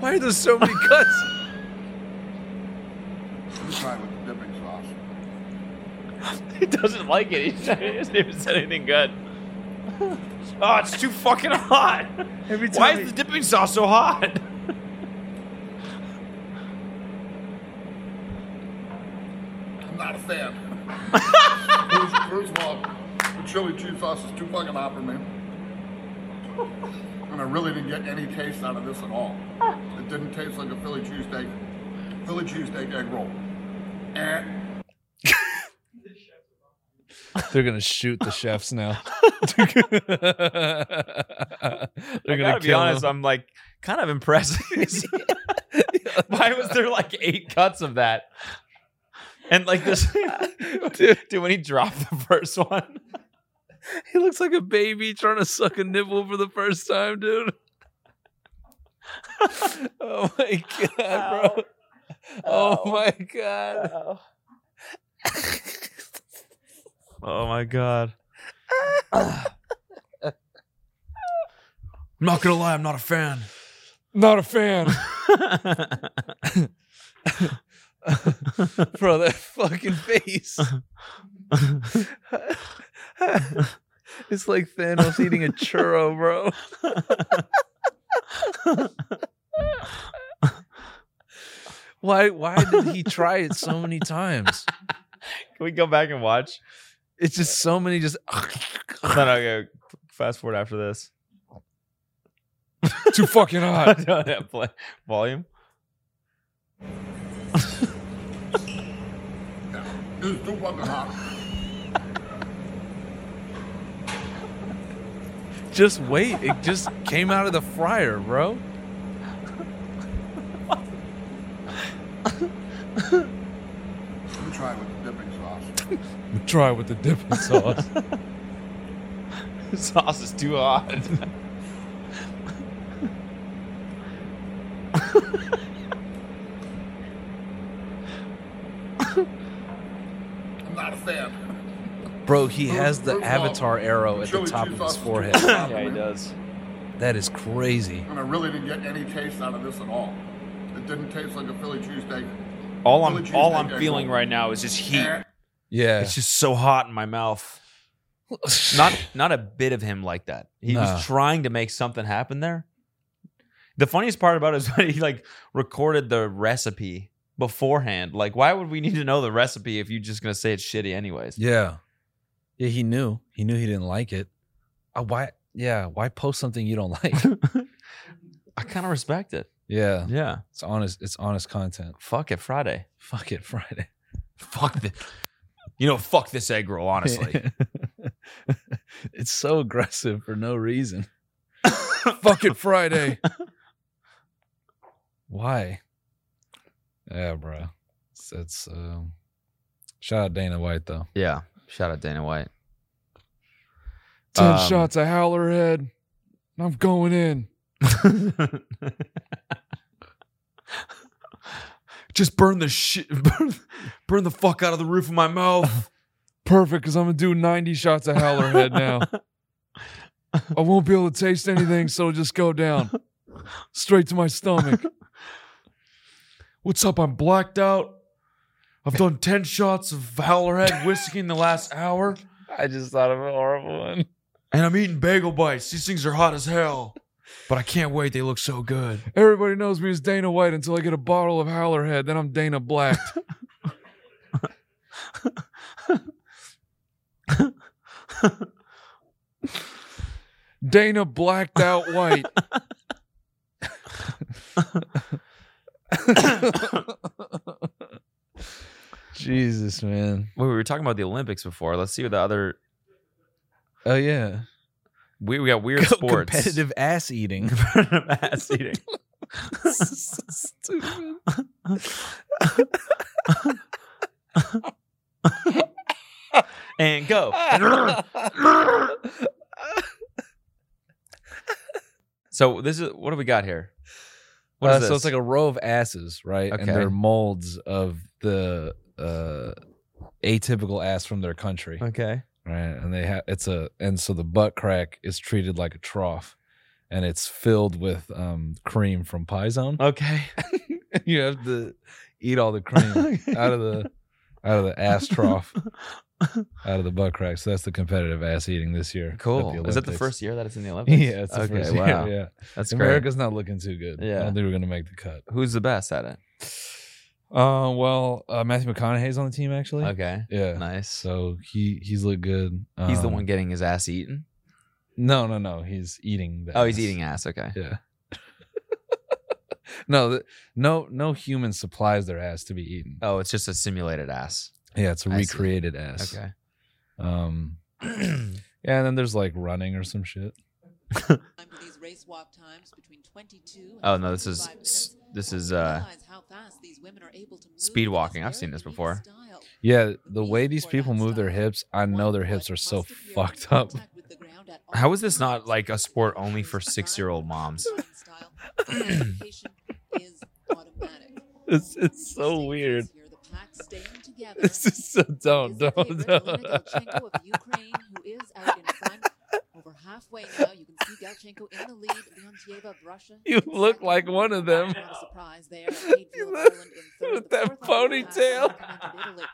Why are there so many cuts? Let me try it with the dipping sauce. he doesn't like it. He hasn't even said anything good. Oh, it's too fucking hot. Why is the dipping sauce so hot? I'm not a fan. first, first of all, the chili cheese sauce is too fucking hot for me. And I really didn't get any taste out of this at all. It didn't taste like a Philly cheesesteak, Philly cheesesteak egg roll. And They're gonna shoot the chefs now. They're I gonna gotta kill be honest, them. I'm like kind of impressed. Why was there like eight cuts of that? And like this, dude, when he dropped the first one, He looks like a baby trying to suck a nipple for the first time, dude. oh my god, bro. Oh my god. oh my god! I'm not gonna lie, I'm not a fan. Not a fan. bro, that fucking face. it's like Thanos eating a churro, bro. why why did he try it so many times? Can we go back and watch? It's just so many just Then I'll go fast forward after this. too fucking hot. Yeah, play- Volume. this is too fucking hot. Just wait. It just came out of the fryer, bro. Let me try it with the dipping sauce. We try with the dipping sauce. sauce is too hot. not a fan. Bro, he has the First of all, avatar arrow at the chili top cheese of his sauce is forehead. too hot. Yeah, he does. That is crazy. And I really didn't get any taste out of this at all. It didn't taste like a Philly cheesesteak. All I'm Philly all cheesesteak I'm egg feeling roll. right now is just heat. Yeah. It's just so hot in my mouth. not not a bit of him like that. He Nah. was trying to make something happen there. The funniest part about it is when he like recorded the recipe beforehand. Like, why would we need to know the recipe if you're just gonna say it's shitty anyways? Yeah. Yeah, he knew. He knew he didn't like it. Uh, why yeah, why post something you don't like? I kind of respect it. yeah. Yeah. It's honest it's honest content. Fuck it, Friday. Fuck it, Friday. Fuck this. You know, fuck this egg roll, honestly. it's so aggressive for no reason. Fuck it, Friday. Why? Yeah, bro. It's, it's um shout out Dana White though. yeah. Shout out Dana White. Ten Um, shots of Howler Head. and I'm going in. Just burn the shit, burn, burn the fuck out of the roof of my mouth. Perfect, because I'm gonna do 90 shots of Howler Head now. I won't be able to taste anything, so it'll just go down straight to my stomach. What's up? I'm blacked out. I've done 10 shots of Howler Head whiskey in the last hour, I just thought of a horrible one. and I'm eating bagel bites. These things are hot as hell, but I can't wait. They look so good. Everybody knows me as Dana White until I get a bottle of Howler Head, then I'm Dana Blacked. Dana blacked out white. Jesus, man. Wait, we were talking about the Olympics before. Let's see what the other Oh yeah. we, we got weird sports. Competitive ass eating. Competitive ass eating. Stupid. and go. so this is what do we got here? What is Uh, So this? it's like a row of asses, right? And Okay. they're molds of the uh, atypical ass from their country, okay. right? And they have it's a and so the butt crack is treated like a trough, and it's filled with um, cream from Pie Zone. Okay. you have to eat all the cream out of the out of the ass trough, out of the butt crack. So that's the competitive ass eating this year. at the Cool. Is that the Olympics. first year that it's in the Olympics? Yeah, it's the okay, first year. wow. Yeah, That's great. America's not looking too good. I Yeah. don't think we're gonna make the cut. Who's the best at it? Uh, well, uh, Matthew McConaughey's on the team actually. Okay. Yeah. Nice. So he he's looked good. he's the Um, one getting his ass eaten. No, no, no. He's eating. The Oh, he's ass. eating ass. Okay. Yeah. no, th- no, no human supplies their ass to be eaten. Oh, it's just a simulated ass. Yeah, it's a I see. recreated ass. Okay. Um. Yeah, and then there's like running or some shit. time for these race walk times between 22 Oh no, this is this is uh speed walking. I've seen this before. Yeah, the way these people move their hips, I know their hips are so fucked up. How is this not like a sport only for six year old moms? It's it's so weird. This is so don't don't don't. You look like one of them. Not a surprise there. Wakefield, Ireland in third, with the that fourth opportunity pass ponytail. back into Italy.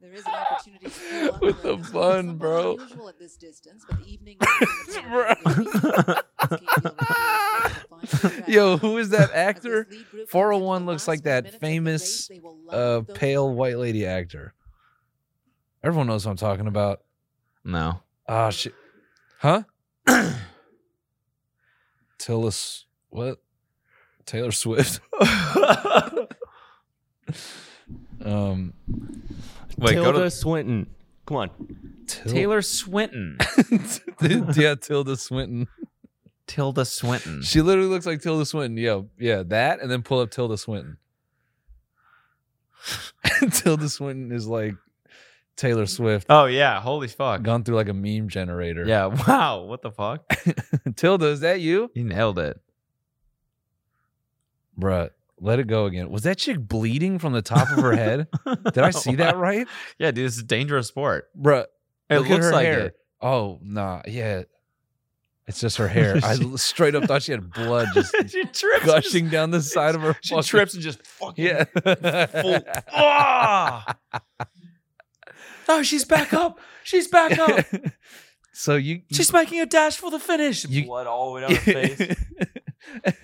There is an opportunity to fuel up With the Ireland. It's bun, somewhat bro. unusual at this distance, but the evening bro. Yo, who is that actor? 401 looks like that famous uh, pale white lady actor. Everyone knows what I'm talking about. No. Ah, shit. Huh? Taylor, S- what? Taylor Swift. um, Wait, go to Swinton. Come on. Til- Taylor Swinton. yeah, Tilda Swinton. Tilda Swinton. She literally looks like Tilda Swinton. Yeah, yeah, that, and then pull up Tilda Swinton. Tilda Swinton is like Taylor Swift, Oh yeah, holy fuck. gone through like a meme generator. Yeah, wow. What the fuck? Tilda, is that you? You nailed it. Bruh, Let it go again. Was that chick bleeding from the top of her head? Did I see that right? Yeah, dude, this is a dangerous sport. Bruh. It look at looks her like hair. it. Oh, nah. Yeah. It's just her hair. I l- straight up thought she had blood just she trips. gushing down the side of her. She fucking- trips and just fucking Yeah. full. Ah! Oh, she's back up. She's back up. so you She's making a dash for the finish. You- Blood all the way down her face.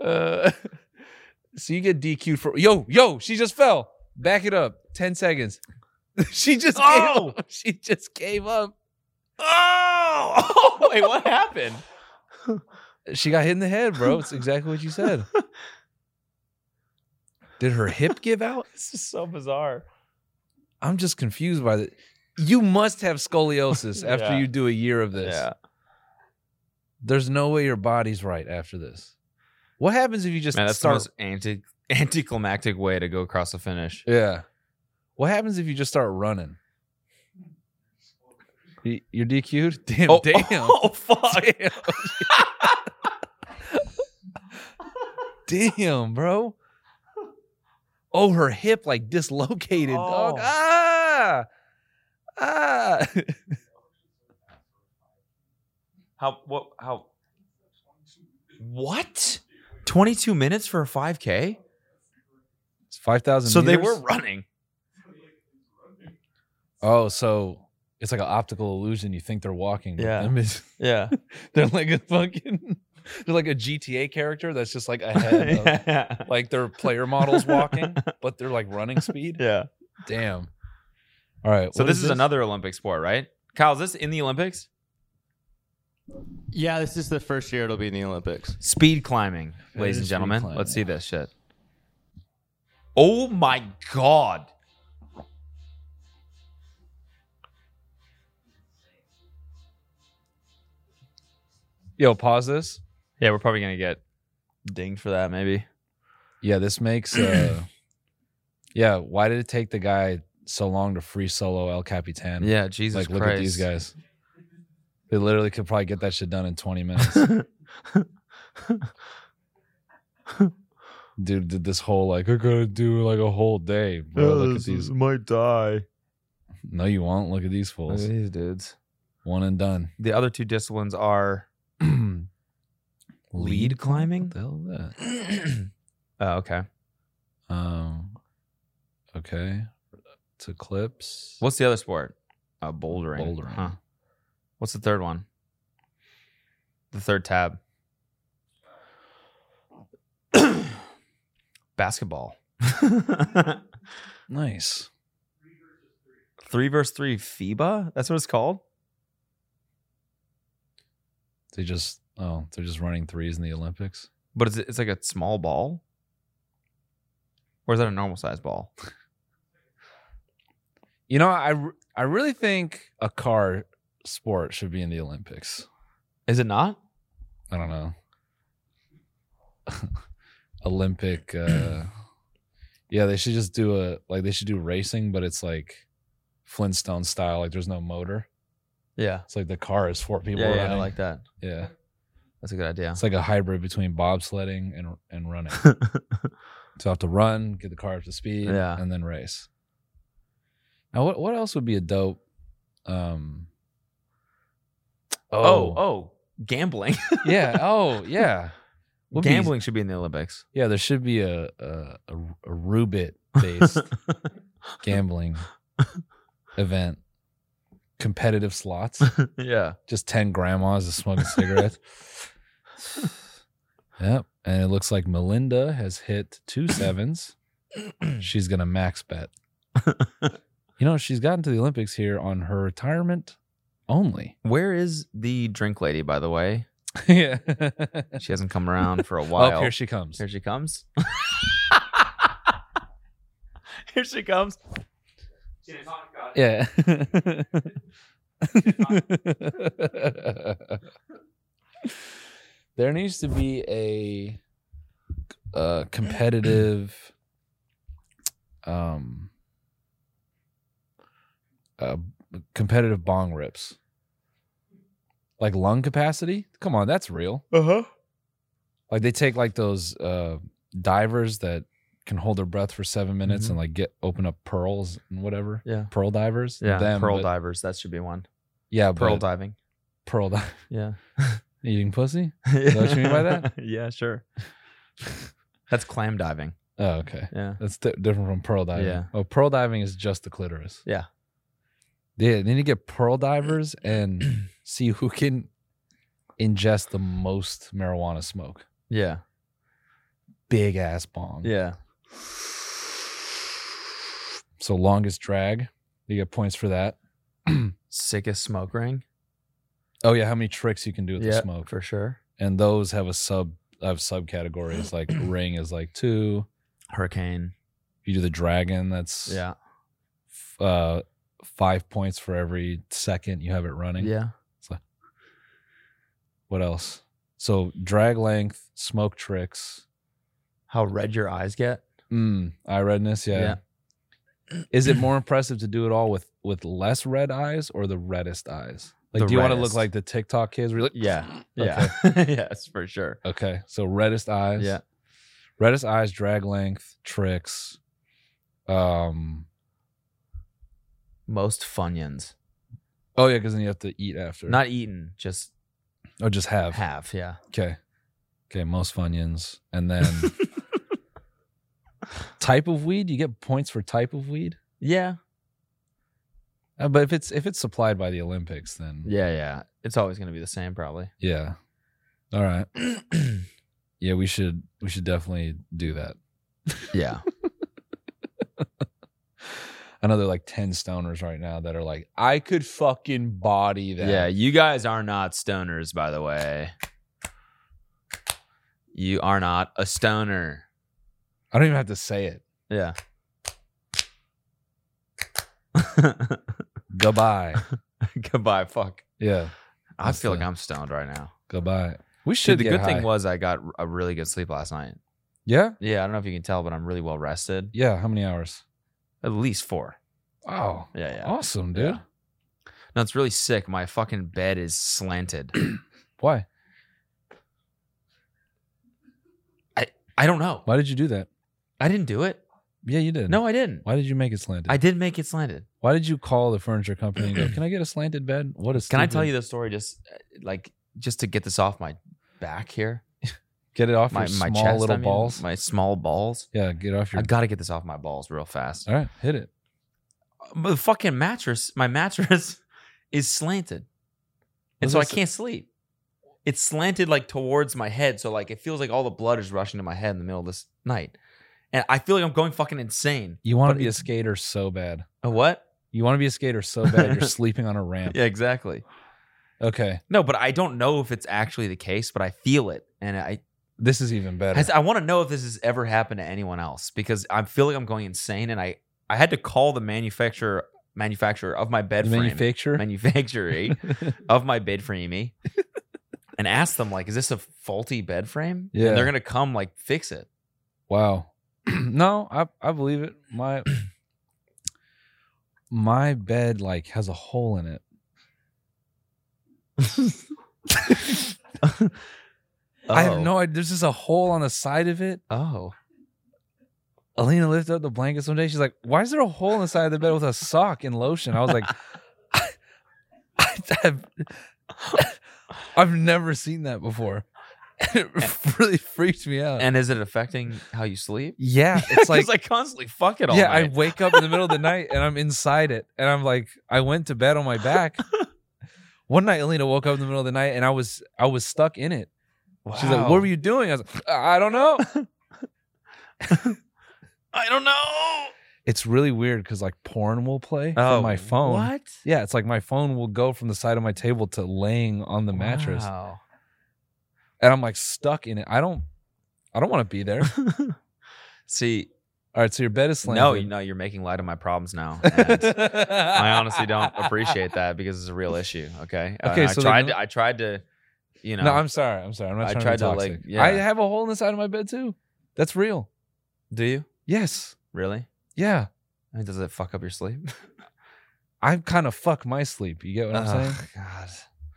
Uh, so you get DQ'd for yo yo. She just fell. Back it up. Ten seconds. she just Oh! gave up. She just gave up. Oh! Wait, what happened? She got hit in the head, bro. It's exactly what you said. Did her hip give out? This is so bizarre. I'm just confused by that. You must have scoliosis after Yeah. you do a year of this. Yeah. There's no way your body's right after this. What happens if you just Man, that's start? the most anti anticlimactic way to go across the finish. yeah. What happens if you just start running? You- You're DQ'd. Damn. Oh, damn. oh, fuck. Damn, bro. Oh, her hip like dislocated, dog. Oh. Ah. Ah. How what how what? 22 minutes for a 5k? It's 5,000 So they meters? were running. Oh, so it's like an optical illusion. You think they're walking. but Yeah. them is- Yeah. they're like a fucking, they're like a GTA character that's just like ahead of, like their player models walking, but they're like running speed. Yeah. Damn. All right. So what this is, another Olympic sport, right? Kyle, is this in the Olympics? Yeah, this is the first year it'll be in the Olympics. Speed climbing, It ladies is and speed gentlemen. climbing. Let's see this shit. Oh my god. Yo, pause this. Yeah, we're probably gonna get dinged for that, maybe. Yeah, this makes. uh Yeah, why did it take the guy so long to free solo El Capitan? Yeah, Jesus like, Christ. look at these guys. They literally could probably get that shit done in 20 minutes. Dude did this whole like, I gotta do like a whole day, bro. Look at these. might die. No, you won't. Look at these fools. these dudes. One and done. The other two disciplines are lead What climbing. the hell is that? oh, okay. Um, okay. To clips. What's the other sport? Uh, bouldering. Bouldering. Huh. What's the third one? The third tab. Basketball. Nice. three versus three FIBA. That's what it's called. They just oh, they're just running threes in the Olympics. But it's it's like a small ball. Or is that a normal size ball? You know, I r- I really think a car sport should be in the Olympics. Is it not? I don't know. Olympic. uh Yeah, they should just do a like they should do racing, but it's like Flintstone style. Like there's no motor. Yeah. It's like the car is four people. Yeah, yeah, I running. like that. yeah. That's a good idea. It's like a hybrid between bobsledding and and running. Oh, so I have to run, get the car up to speed, Yeah. and then race. Now, what what else would be a dope? Um. Oh, oh, gambling. yeah. Oh, yeah. Would be- gambling should be in the Olympics. yeah, there should be a a a, a Rubit based gambling event, competitive slots. yeah. just 10 grandmas just smoking cigarettes. yep. And it looks like Melinda has hit two sevens. she's going to max bet. you know, she's gotten to the Olympics here on her retirement only. Where is the drink lady, by the way? yeah. She hasn't come around for a while. Oh, here she comes. Here she comes. here she comes. Yeah. there needs to be a uh, competitive um uh, competitive bong rips. like lung capacity. Come on, that's real. Uh Uh-huh. huh. Like they take like those uh, divers that can hold their breath for seven minutes Mhm. and like get open up pearls and whatever. Yeah. pearl divers. Yeah, them, pearl but- divers. That should be one. Yeah, pearl but- diving. Pearl dive. Yeah. Eating pussy. Is that what you mean by that? yeah, sure. That's clam diving. Oh, okay. Yeah. That's di- different from pearl diving. Yeah. Oh, pearl diving is just the clitoris. Yeah. Yeah. Then you get pearl divers and see who can ingest the most marijuana smoke. Yeah. Big ass bong. Yeah. So longest drag, you get points for that. Sickest smoke ring. Oh yeah, how many tricks you can do with Yeah, the smoke for sure. And those have a sub have subcategories like ring is like two, hurricane. If you do the dragon, that's Yeah. f- uh, five points for every second you have it running. Yeah. It's like- what else? So drag length, smoke tricks. How red your eyes get. Mm, eye redness, yeah. Is it more impressive to do it all with with less red eyes or the reddest eyes? Like, The do you want to look reddest. like the TikTok kids? Really? Yeah. Okay. Yeah. yes, for sure. Okay. So reddest eyes. Yeah. Reddest eyes, drag length, tricks. Um most funyuns. Oh yeah, because then you have to eat after. Not eaten, just Oh, just have. have, yeah. Okay. Okay, most funyuns. And then type of weed, you get points for type of weed. Yeah. Uh, but if it's if it's supplied by the Olympics, then Yeah, yeah. It's always gonna be the same probably. yeah. All right. yeah, we should we should definitely do that. Yeah. I know there are like 10 stoners right now that are like, I could fucking body that. Yeah, you guys are not stoners, by the way. You are not a stoner. I don't even have to say it. Yeah. Goodbye. Goodbye. Fuck. Yeah. I That's feel like the- I'm stoned right now. Goodbye. We Dude, should the get good high. thing was I got a really good sleep last night. Yeah? Yeah, I don't know if you can tell, but I'm really well rested. Yeah. How many hours? At least four. Oh. Yeah, yeah. Awesome, dude. Yeah. No, it's really sick. My fucking bed is slanted. Why? I I don't know. Why did you do that? I didn't do it. Yeah, you did. No, I didn't. Why did you make it slanted? I did make it slanted. Why did you call the furniture company and go, Can I get a slanted bed? What is Can I tell you the story just uh, like just to get this off my back here? Get it off my, your my small chest, little I mean, balls. My small balls. yeah, get off your I gotta get this off my balls real fast. All right, hit it. But the fucking mattress, my mattress is slanted. And What's so I this- can't sleep. It's slanted like towards my head. So like it feels like all the blood is rushing to my head in the middle of this night. And I feel like I'm going fucking insane. You want to But be a it's- skater so bad. a what? You want to be a skater so bad you're sleeping on a ramp. Yeah, exactly. Okay. No, but I don't know if it's actually the case, but I feel it. And I This is even better. Has- I want to know if this has ever happened to anyone else because I feel like I'm going insane, and I I had to call the manufacturer manufacturer of my bed The frame manufacturer? manufacturer of my bed framey, and ask them like, is this a faulty bed frame? Yeah. and they're gonna come like fix it. Wow. no, I I believe it. My my bed like has a hole in it. I have Oh. no idea. There's just a hole on the side of it. Oh, Alina lifted up the blanket someday. She's like, "Why is there a hole in the side of the bed with a sock and lotion?" I was like, I, have I've never seen that before. And it really freaked me out. and is it affecting how you sleep? yeah, it's like Because I constantly fuck it all yeah, I night. wake up in the middle of the night and I'm inside it, and I'm like, I went to bed on my back. One night, Alina woke up in the middle of the night, and I was I was stuck in it. She's like, Wow. "What were you doing?" I was like, "I I don't know." I don't know. it's really weird because like porn will play Oh, from my phone. What? Yeah, it's like my phone will go from the side of my table to laying on the mattress, Wow. and I'm like stuck in it. I don't, I don't want to be there. See, All right, so your bed is slanted. no, you know, you're making light of my problems now. and- I honestly don't appreciate that because it's a real issue. Okay. And Okay, I so then tried. let- to, I tried to. You know. No, I'm sorry. I'm sorry. I'm not I trying tried to to, be like, toxic. yeah. I have a hole in the side of my bed too. That's real. do you Yes. really? Yeah. I mean, does it fuck up your sleep? I kind of fuck my sleep. You get what I'm Ugh, saying? God.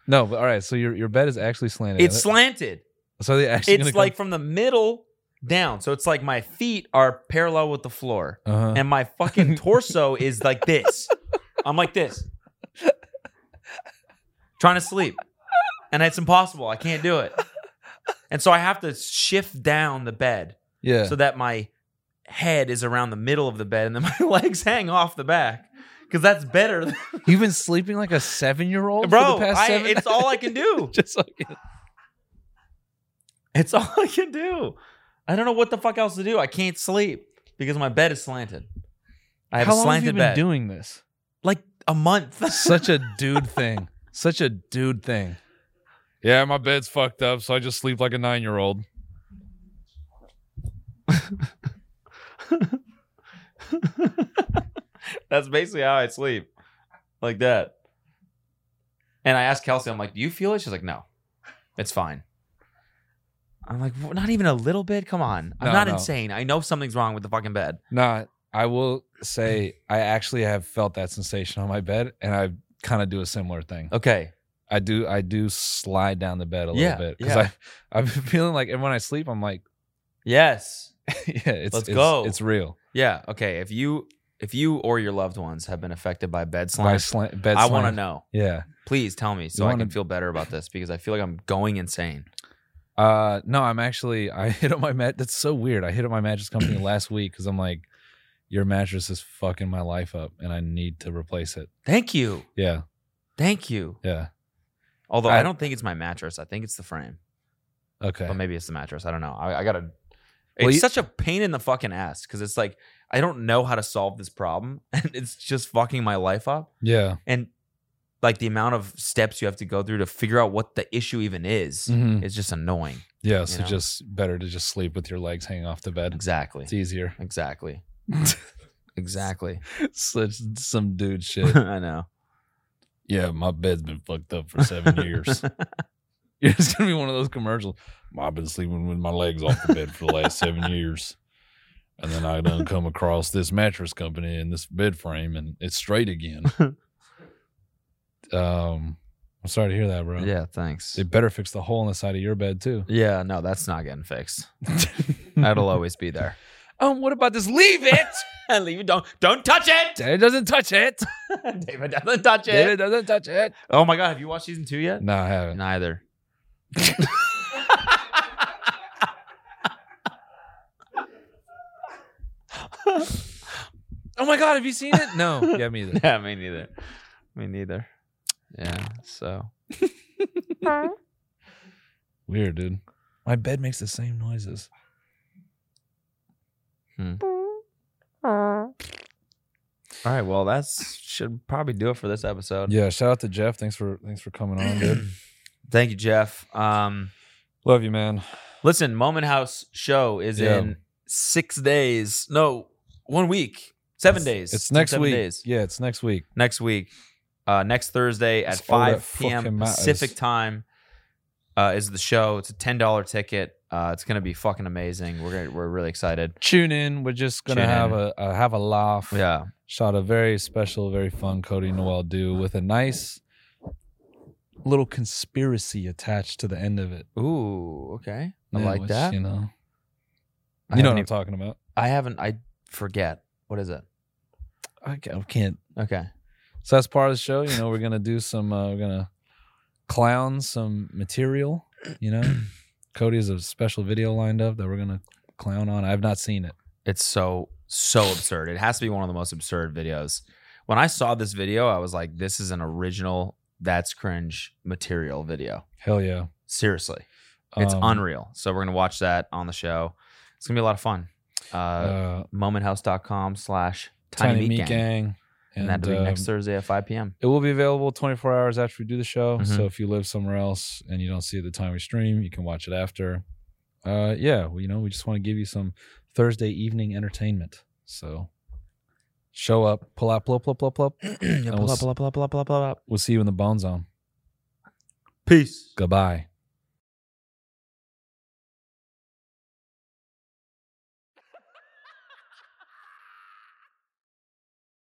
No, but all right. So your your bed is actually slanted. It's slanted. So they actually. it's like from the middle down. So it's like my feet are parallel with the floor, Uh-huh. and my fucking torso is like this. I'm like this, trying to sleep, and it's impossible. I can't do it, and so I have to shift down the bed, Yeah. so that my head is around the middle of the bed, and then my legs hang off the back. Because that's better, than- You've been sleeping like a seven year old, bro. For the past I, seven it's all I can do. Just like It's all I can do. I don't know what the fuck else to do. I can't sleep because my bed is slanted. I have How a long have slanted you been bed. doing this? Like a month. Such a dude thing. Such a dude thing. Yeah, my bed's fucked up, so I just sleep like a nine year old. That's basically how I sleep, like that. And I asked Kelsey, I'm like, "Do you feel it?" She's like, "No, it's fine." I'm like, "Well, "Not even a little bit? Come on, I'm No, not no. insane. I know something's wrong with the fucking bed." Nah, I will say I actually have felt that sensation on my bed, and I kind of do a similar thing. Okay. I do. I do slide down the bed a little Yeah, bit because yeah. I I've been feeling like, and when I sleep, I'm like, Yes. yeah, it's Let's it's- go. It's real. Yeah. Okay. If you if you or your loved ones have been affected by bed By slants, slant, bed I want to slant. know. Yeah. Please tell me so You I can wanna- feel better about this because I feel like I'm going insane. Uh, no, I'm actually I hit up my mat. That's so weird. I hit up my mattress company last week because I'm like, your mattress is fucking my life up, and I need to replace it. Thank you. Yeah, Thank you. yeah. Although I, I- don't think it's my mattress. I think it's the frame. Okay. But maybe it's the mattress. I don't know. I, I gotta. It's Well, you- such a pain in the fucking ass because it's like I don't know how to solve this problem, and it's just fucking my life up. Yeah. And like the amount of steps you have to go through to figure out what the issue even is Mhm. is just annoying. Yeah, you so know? just better to just sleep with your legs hanging off the bed. exactly, It's easier. exactly, exactly. Such some dude shit. I know. yeah, my bed's been fucked up for seven years. it's gonna be one of those commercials. I've been sleeping with my legs off the bed for the last seven years. And then I done come across this mattress company and this bed frame and it's straight again. um I'm sorry to hear that, bro. Yeah, thanks. They better fix the hole in the side of your bed too. Yeah, no, that's not getting fixed. That'll always be there. Um, what about this? Leave it. and leave it. Don't don't touch it. David doesn't touch it. David doesn't touch it. David doesn't touch it. Oh my god, have you watched season two yet? No, I haven't. Neither. Oh my god, have you seen it? No. Yeah, me either. yeah, me neither. Me neither. Yeah. So Weird, dude. My bed makes the same noises. all right. Well, that's should probably do it for this episode. Yeah, shout out to Jeff. Thanks for thanks for coming on, dude. Thank you, Jeff. Um, Love you, man. listen, Moment House show is Yeah. in six days. No, one week. Seven days. It's in next seven week. Days. Yeah, it's next week. next week, uh, next Thursday at That's all that 5 p.m. fucking matters. Pacific time uh, is the show. It's a ten dollar ticket. Uh, it's gonna be fucking amazing. We're gonna, we're really excited. Tune in. We're just gonna Tune have in. a, a have a laugh. Yeah, Shot a very special, very fun Cody Noel do with a nice little conspiracy attached to the end of it. Ooh, okay. I Yeah, like which, that. You know. I you haven't know what I'm even- talking about. I haven't. I forget. What is it? I ca- I can't. Okay. So that's part of the show. You know, we're gonna do some. Uh, we're gonna clown some material. You know, Cody has a special video lined up that we're gonna clown on. I've not seen it. It's so so absurd. It has to be one of the most absurd videos. When I saw this video, I was like, "This is an original. That's cringe material video." Hell yeah, Seriously. It's Um, unreal. So we're gonna watch that on the show. It's gonna be a lot of fun. Uh, Uh, momenthouse.com slash Tiny, tiny meat gang. and, And, that'll be next um, Thursday at 5 p.m. It will be available 24 hours after we do the show. Mhm. So if you live somewhere else and you don't see it the time we stream, you can watch it after. Uh, yeah, well, you know, we just want to give you some Thursday evening entertainment. So show up, pull out, pull up, pull up, pull up, pull up. and we'll, Blah, blah, blah, blah, blah, blah, blah. we'll see you in the bone zone. Peace. Goodbye.